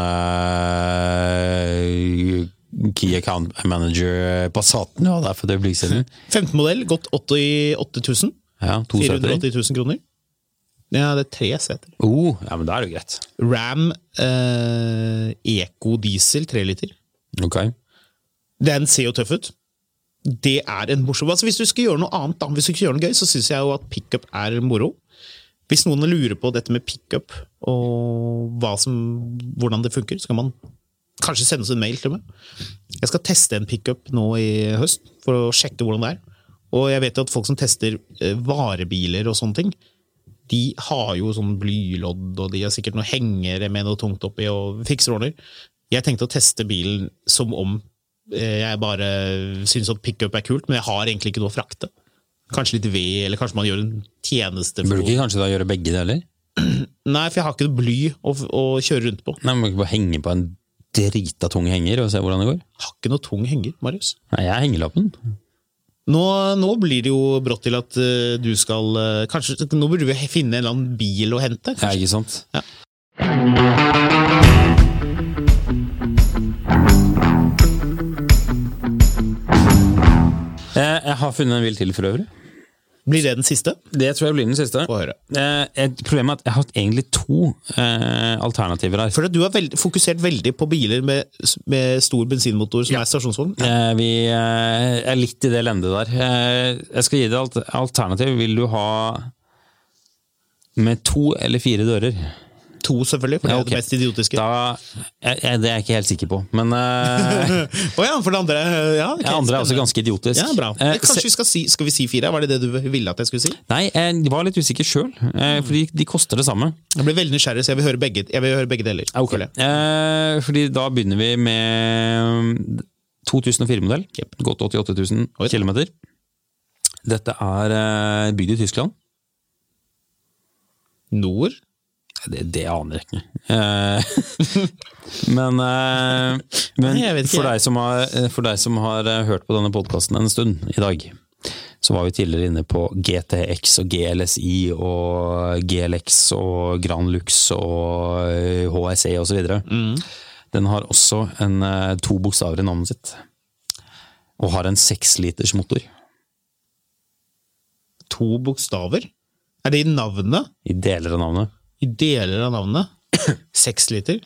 B: eh, Key Account Manager Passaten du hadde her for et øyeblikk siden.
A: 15 modell, gått 8000.
B: Ja, to seter.
A: 480 000 kroner. Ja, det er tre seter.
B: Oh, ja, men da er det jo greit.
A: Ram eh, Eco Diesel 3 liter.
B: Ok.
A: Den ser jo tøff ut. Det er en morsom altså, Hvis du skal gjøre noe annet, da, hvis du skal gjøre noe gøy, så syns jeg jo at pickup er moro. Hvis noen lurer på dette med pickup og hva som, hvordan det funker, så kan man kanskje sende oss en mail til meg. Jeg skal teste en pickup nå i høst for å sjekke hvordan det er. Og jeg vet jo at folk som tester eh, varebiler og sånne ting, de har jo sånn blylodd, og de har sikkert noen hengere med noe tungt oppi og fikser og ordner. Jeg tenkte å teste bilen som om eh, jeg bare syns at pickup er kult, men jeg har egentlig ikke noe å frakte. Kanskje litt ved, eller kanskje man gjør en tjeneste
B: Burde du
A: for
B: ikke kanskje da gjøre begge deler?
A: Nei, for jeg har ikke noe bly å, å kjøre rundt på.
B: Nei, men ikke bare henge på en drita tung henger og se hvordan det går.
A: Jeg har ikke noe tung henger, Marius.
B: Nei, jeg er hengelappen.
A: Nå, nå blir det jo brått til at eh, du skal eh, Kanskje Nå burde vi finne en eller annen bil å hente.
B: Ja, ikke sant?
A: Ja.
B: Eh, Jeg, jeg har funnet en bil til for øvrig.
A: Blir det den siste?
B: Det tror jeg blir den siste.
A: Få høre.
B: Eh, et problem er at jeg har hatt egentlig to eh, alternativer her.
A: For at du har veld, fokusert veldig på biler med, med stor bensinmotor som er stasjonsvogn.
B: Eh, vi eh, er litt i det lendet der. Eh, jeg skal gi deg alt alternativ. Vil du ha med to eller fire dører?
A: To, selvfølgelig, for det
B: Ja,
A: er
B: ok.
A: det mest idiotiske. Å
B: Da, jeg, jeg, det er jeg ikke helt sikker på, men eh,
A: ja, for det andre eh, Ja, ok,
B: det andre er også
A: spennende.
B: ganske idiotisk.
A: ja, bra.
B: Eh,
A: Kanskje vi skal si Skal vi si fire? Var det det du ville at jeg skulle si?
B: Nei, jeg var litt usikker sjøl,
A: Mm.
B: fordi de koster det samme.
A: Jeg ble veldig nysgjerrig, så jeg vil høre begge, jeg vil høre begge deler. føler jeg.
B: Eh, Fordi da begynner vi med mm, 2004-modell.
A: Jep.
B: Godt 88 000
A: Oi.
B: km. Dette er eh, bygd i Tyskland.
A: Nord?
B: Det, det aner jeg ikke. Eh, men eh, men
A: Nei, jeg vet ikke,
B: for,
A: jeg.
B: deg som har, eh, for deg som har eh, hørt på denne podkasten en stund i dag, så var vi tidligere inne på GTX og GLSI E og GLX og Grand Lux og eh, HSE osv. Den har også en, eh, to bokstaver i navnet sitt. Og har en seksliters motor.
A: To bokstaver? Er det i navnet?
B: I deler av navnet.
A: I deler av navnet? Seks liter?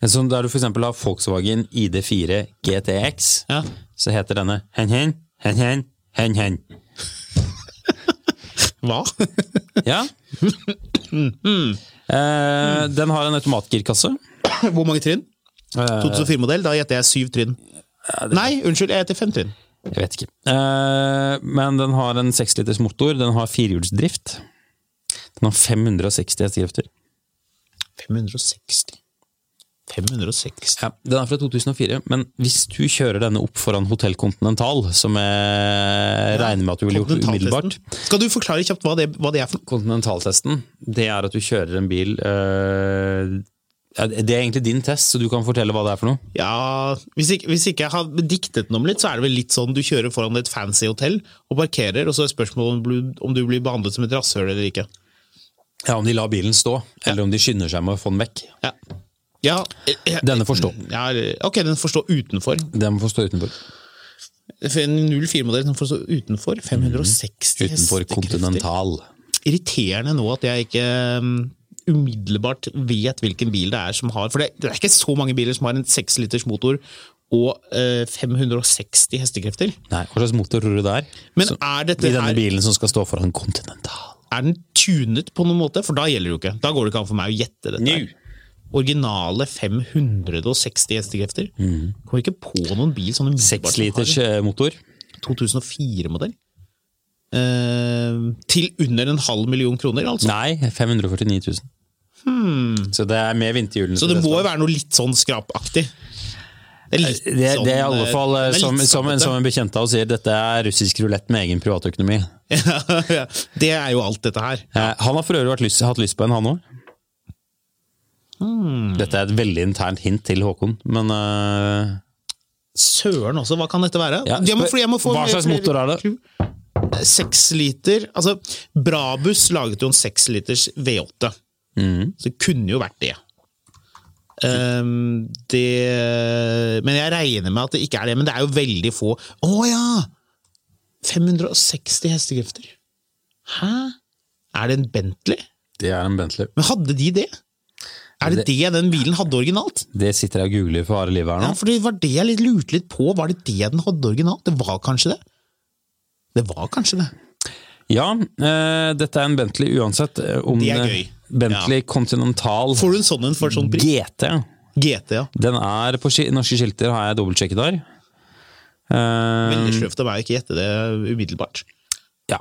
C: Ja, Som der du for eksempel har Volkswagen ID4 GTX,
A: Ja.
C: så heter denne hen-hen, hen-hen, hen-hen.
A: Hva?
C: Ja. Eh, den har en automatgirkasse.
A: Hvor mange trinn? Eh. 2004-modell, da gjetter jeg syv trinn. Nei, unnskyld, jeg gjetter fem trinn.
C: Jeg vet ikke.
B: Eh, men den har en seksliters motor, den har firehjulsdrift. Den har 560 hestekrefter.
A: 560. 560.
B: Ja, den er fra 2004, men hvis du kjører denne opp foran Hotell Continental, som jeg regner med at du ville gjort
A: Kontinentaltesten.
B: umiddelbart
A: Skal du forklare kjapt hva det, hva det er for noe?
B: Kontinentaltesten, det er at du kjører en bil eh, ja, Det er egentlig din test, så du kan fortelle hva det er for noe.
A: Ja, hvis ikke, hvis ikke jeg har diktet den om litt, så er det vel litt sånn du kjører foran et fancy hotell og parkerer, og så er spørsmålet om, du- om du blir behandlet som et rasshøl eller ikke.
B: Ja, Om de lar bilen stå, eller om de skynder seg med å få den vekk.
A: Ja. ja. eh, eh,
B: Denne får stå.
A: ja eller- ok, den får stå utenfor.
B: Den får stå utenfor.
A: For En 04-modell den får stå utenfor. 560
B: Mm. Utenfor
A: hestekrefter.
B: Continental.
A: Irriterende nå at jeg ikke um, umiddelbart vet hvilken bil det er som har For det, det er ikke så mange biler som har en 6-liters motor og eh, 560 hestekrefter.
B: Nei, Hva slags motor tror du det er?
A: Men
B: Så-
A: er dette
B: I denne
A: her-
B: bilen som skal stå foran Continental.
A: Er den tunet på noen måte? For da gjelder det jo ikke. Da går det ikke an for meg å gjette dette. her. Originale 560 hestekrefter. Kommer ikke på noen bil sånn umiddelbart.
B: Mm. Seks
A: som
B: liters
A: har
B: eh, motor.
A: det. 2004-modell. Eh, til under en halv million kroner, altså.
B: Nei, 549 000. Så det er med
A: Hmm.
B: vinterhjulene.
A: Så
B: til
A: det må jo
B: Vespa.
A: være noe litt sånn skrapaktig. Det er, litt
B: det, det er i alle
A: eh,
B: fall eh,
A: det er
B: som,
A: litt sånn-
B: som, en, som
A: skrapete.
B: en bekjent av oss sier, dette er russisk rulett med egen privatøkonomi.
A: Ja, Det er jo alt dette her.
B: Eh, Han har for øvrig vært lyst, hatt lyst på en, han òg.
A: Hmm.
B: Dette er et veldig internt hint til Håkon, men eh,
A: Søren også, hva kan dette være?
B: Ja,
A: jeg må,
B: spør-
A: fordi jeg må få
B: hva
A: flere-
B: slags motor er det?
A: Seks liter Altså, Brabus laget jo en seksliters V8.
B: Mhm.
A: Så det kunne jo vært det. Ehm, det Men jeg regner med at det ikke er det. Men det er jo veldig få. Å ja! 560 hestekrefter. Hæ? Er det en Bentley?
B: Det er en Bentley.
A: Men hadde de det? Er det
B: Det-
A: det den bilen hadde originalt?
B: Det sitter jeg og googler for harde livet her
A: Ja,
B: nå.
A: for det var det jeg litt lurte litt på. Var det det den hadde originalt? Det var kanskje det? Det var kanskje det.
B: Ja, eh, dette er en Bentley uansett. eh, Om
A: Det er
B: eh,
A: gøy.
B: Bentley Continental
A: Får du en sånn en for sånn pris?
B: GT.
A: GT, ja.
B: Den er på ski- norske skilter, har jeg dobbeltsjekket der. Eh,
A: Veldig sløvt av meg å ikke gjette det umiddelbart.
B: ja.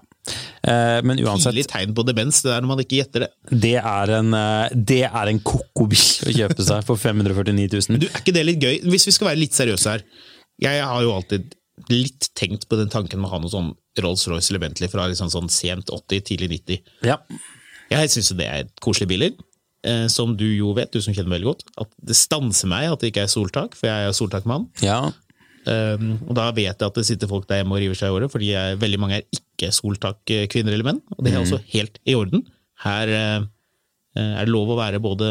B: Eh, men uansett,
A: Tidlig tegn på demens, det der når man ikke gjetter det.
B: det er en, eh, det er en koko-bil å kjøpe seg for 549 000.
A: Du, Er ikke det litt gøy? Hvis vi skal være litt seriøse her. Jeg har jo alltid litt tenkt på den tanken med å ha noe sånn Rolls-Royce eller Bentley fra liksom sånn sent 80, tidlig 90.
B: ja.
A: Jeg syns det er koselige biler. Eh, som du jo vet, du som kjenner meg veldig godt, at det stanser meg at det ikke er soltak, for jeg er soltakmann.
B: ja.
A: Eh, og da vet jeg at det sitter folk der hjemme og river seg i håret, fordi jeg, veldig mange er ikke soltak-kvinner eller menn. Og det
B: Mhm.
A: er også helt i orden. Her eh, er det lov å være både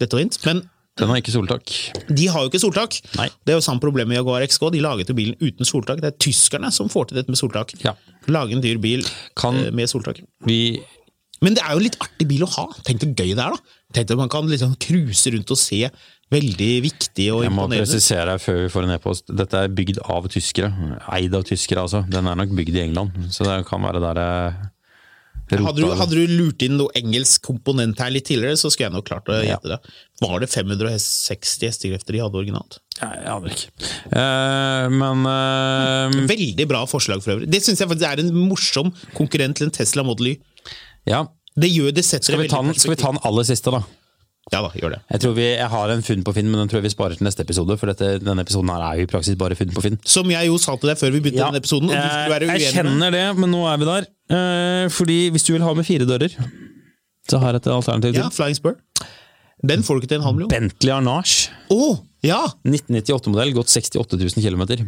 A: dette og hint. Men
B: Den har ikke soltak.
A: de har jo ikke soltak.
B: Nei.
A: Det er jo samme problem med Jaguar XK. De laget jo bilen uten soltak. Det er tyskerne som får til dette med soltak.
B: Ja.
A: Lage en dyr bil
B: Kan-
A: eh, med soltak.
B: Vi
A: Men det er jo en litt artig bil å ha. Tenk hvor gøy det er, da. Tenk at man kan liksom cruise rundt og se veldig viktig og
B: jeg må
A: imponerende.
B: presisere her før vi får en e-post. Dette er bygd av tyskere. Eid av tyskere, altså. Den er nok bygd i England, så det kan være der eh,
A: Hadde du,
B: rota-
A: hadde du lurt inn noe engelsk komponent her litt tidligere, så skulle jeg nok klart å
B: Ja.
A: gjette det. Var det 560 hestekrefter de hadde originalt?
B: Nei, Jeg aner ikke. Eh, men eh,
A: Veldig bra forslag for øvrig. Det syns jeg faktisk er en morsom konkurrent til en Tesla Model Y.
B: ja.
A: Det gjør det setter
B: Skal vi,
A: det
B: ta
A: veldig
B: den, skal vi ta den aller siste, da?
A: perspektiv. Ja da, gjør det.
B: Jeg tror vi, jeg har en funn på Finn, men den tror jeg vi sparer til neste episode. For dette, denne episoden her er jo i praksis bare funn på Finn.
A: Som jeg jo sa til deg før vi begynte denne episoden, og du skulle være
B: Eh, jeg
A: uenig med
B: kjenner det, men nå er vi der. Eh, fordi hvis du vil ha med fire dører, så har jeg et alternativ til.
A: Ja, Flying Spur. Den får du ikke til en halv million.
B: Bentley Arnage.
A: Å! ja!
B: 1998-modell, gått 68 000 km.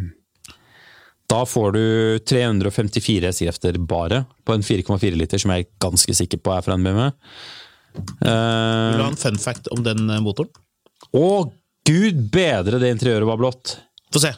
B: Da får du 354 hestekrefter bare på en 4,4 liter, som jeg er ganske sikker på er fra en BMW.
A: Vil du
B: Eh,
A: ha en fun fact om den eh, motoren?
B: og Gud bedre, det interiøret var blått.
A: Få se.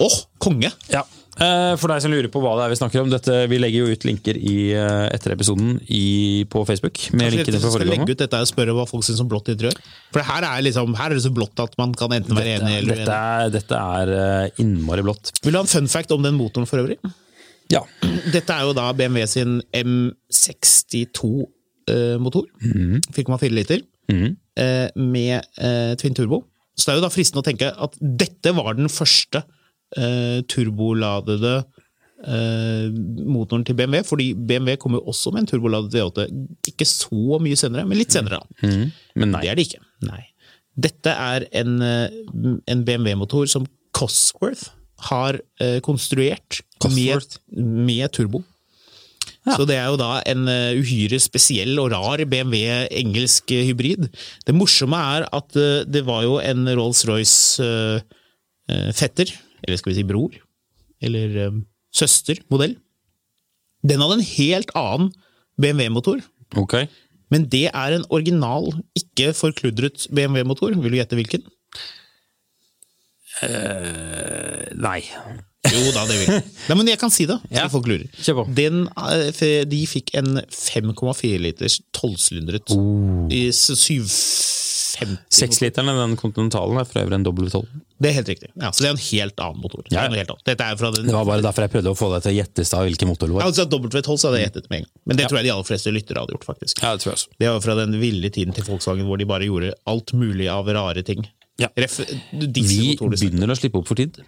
A: Åh, konge!
B: Ja. Eh, For deg som lurer på hva det er vi snakker om, dette, vi legger jo ut linker i, eh, etter episoden i, på Facebook. Med
A: Kanskje
B: linkene
A: dette skal
B: fra forrige gang.
A: legge ut dette og spørre hva folk syns om blått interiør? For det her er, liksom, her er det så blått at man kan enten være enig eller uenig.
B: Dette er, dette er eh, innmari blått.
A: Vil du ha en fun fact om den motoren for øvrig?
B: Ja.
A: Dette er jo da BMW sin eh, M62-motor.
B: Mhm.
A: 4,4 liter. eh, Med eh, twin turbo. Så det er jo da fristende å tenke at dette var den første eh, turboladede eh, motoren til BMW. Fordi BMW kom jo også med en turboladet V8 ikke så mye senere, men litt senere. da.
B: Mhm. Men nei.
A: Det er det ikke. Nei. Dette er en, eh, en BMW-motor som Cosworth har eh, konstruert med,
B: Cosworth?
A: med turbo. Så det er jo da en eh, uhyre spesiell og rar BMW engelsk eh, hybrid. Det morsomme er at eh, det var jo en Rolls-Royce-fetter, eller skal vi si bror, eller eh, søster-modell. Den hadde en helt annen BMW-motor.
B: Ok.
A: Men det er en original, ikke forkludret BMW-motor. Vil du gjette hvilken?
B: Nei.
A: Jo da, det vil jeg. Nei, men jeg kan si det. så
B: Ja.
A: folk lurer.
B: Kjør på.
A: Den, eh, f- de fikk en 5,4 liters tolvsylindret oh. i s- 750
B: Seksliteren i den kontinentalen er for øvrig en W12.
A: Det er helt riktig. Ja, så det er en helt annen motor. Det
B: Ja,
A: er
B: ja.
A: noe helt annet. Dette er fra den
B: Det var bare derfor jeg prøvde å få deg til å gjette i stad hvilken motor det var.
A: Altså, W12 så hadde jeg gjettet med en gang. Men det tror jeg de aller fleste lyttere hadde gjort, faktisk.
B: Ja, det tror jeg også.
A: Det var fra den ville tiden til Volkswagen hvor de bare gjorde alt mulig av rare ting.
B: Ja.
A: Ref,
B: Vi
A: dieselmotorer.
B: begynner å slippe opp for tid.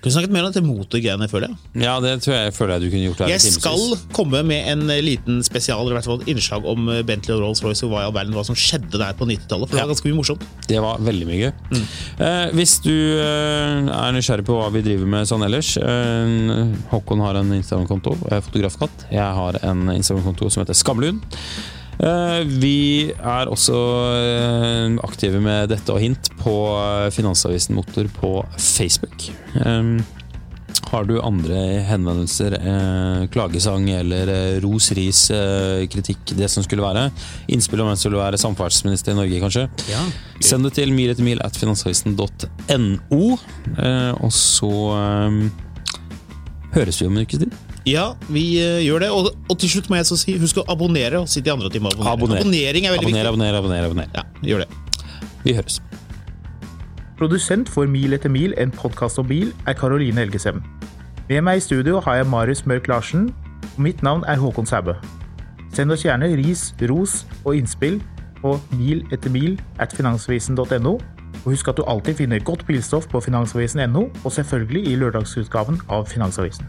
A: Kunne snakket mer om dette motorgreiene, føler jeg.
B: Ja, det tror jeg føler jeg du kunne gjort her i
A: Jeg
B: timevis.
A: skal komme med en eh, liten spesial, eller i hvert fall et innslag om eh, Bentley og Rolls-Royce og hva i all verden hva som skjedde der på 90-tallet. For det var ganske mye morsomt.
B: Det var veldig mye gøy. Eh, hvis du eh, er nysgjerrig på hva vi driver med sånn ellers eh, Håkon har en Instagram-konto, jeg er fotografkatt. Jeg har en Instagram-konto som heter Skamlund. Eh, vi er også eh, aktive med dette og hint på eh, Finansavisen Motor på Facebook. Eh, har du andre henvendelser, eh, klagesang eller eh, ros, ris, eh, kritikk, det som skulle være? Innspill om hvem som skulle være samferdselsminister i Norge, kanskje? Send det til mil etter mil at finansavisen.no. Eh, og så eh, høres vi om en ukes tid.
A: Ja, vi eh, gjør det. Og, og til slutt må jeg så si, husk å abonnere. og si til andre at de må abonnere.
B: Abonner.
A: Abonnering er veldig
B: Abonner, abonner, abonner. abonner.
A: viktig. Ja, gjør det.
B: Vi høres.
D: Produsent for Mil etter mil, en podkast om bil, er Karoline Helgesem. Med meg i studio har jeg Marius Mørk Larsen, og mitt navn er Håkon Sæbø. Send oss gjerne ris, ros og innspill på mil etter mil at finansavisen.no. Og husk at du alltid finner godt bilstoff på finansavisen.no, og selvfølgelig i lørdagsutgaven av Finansavisen.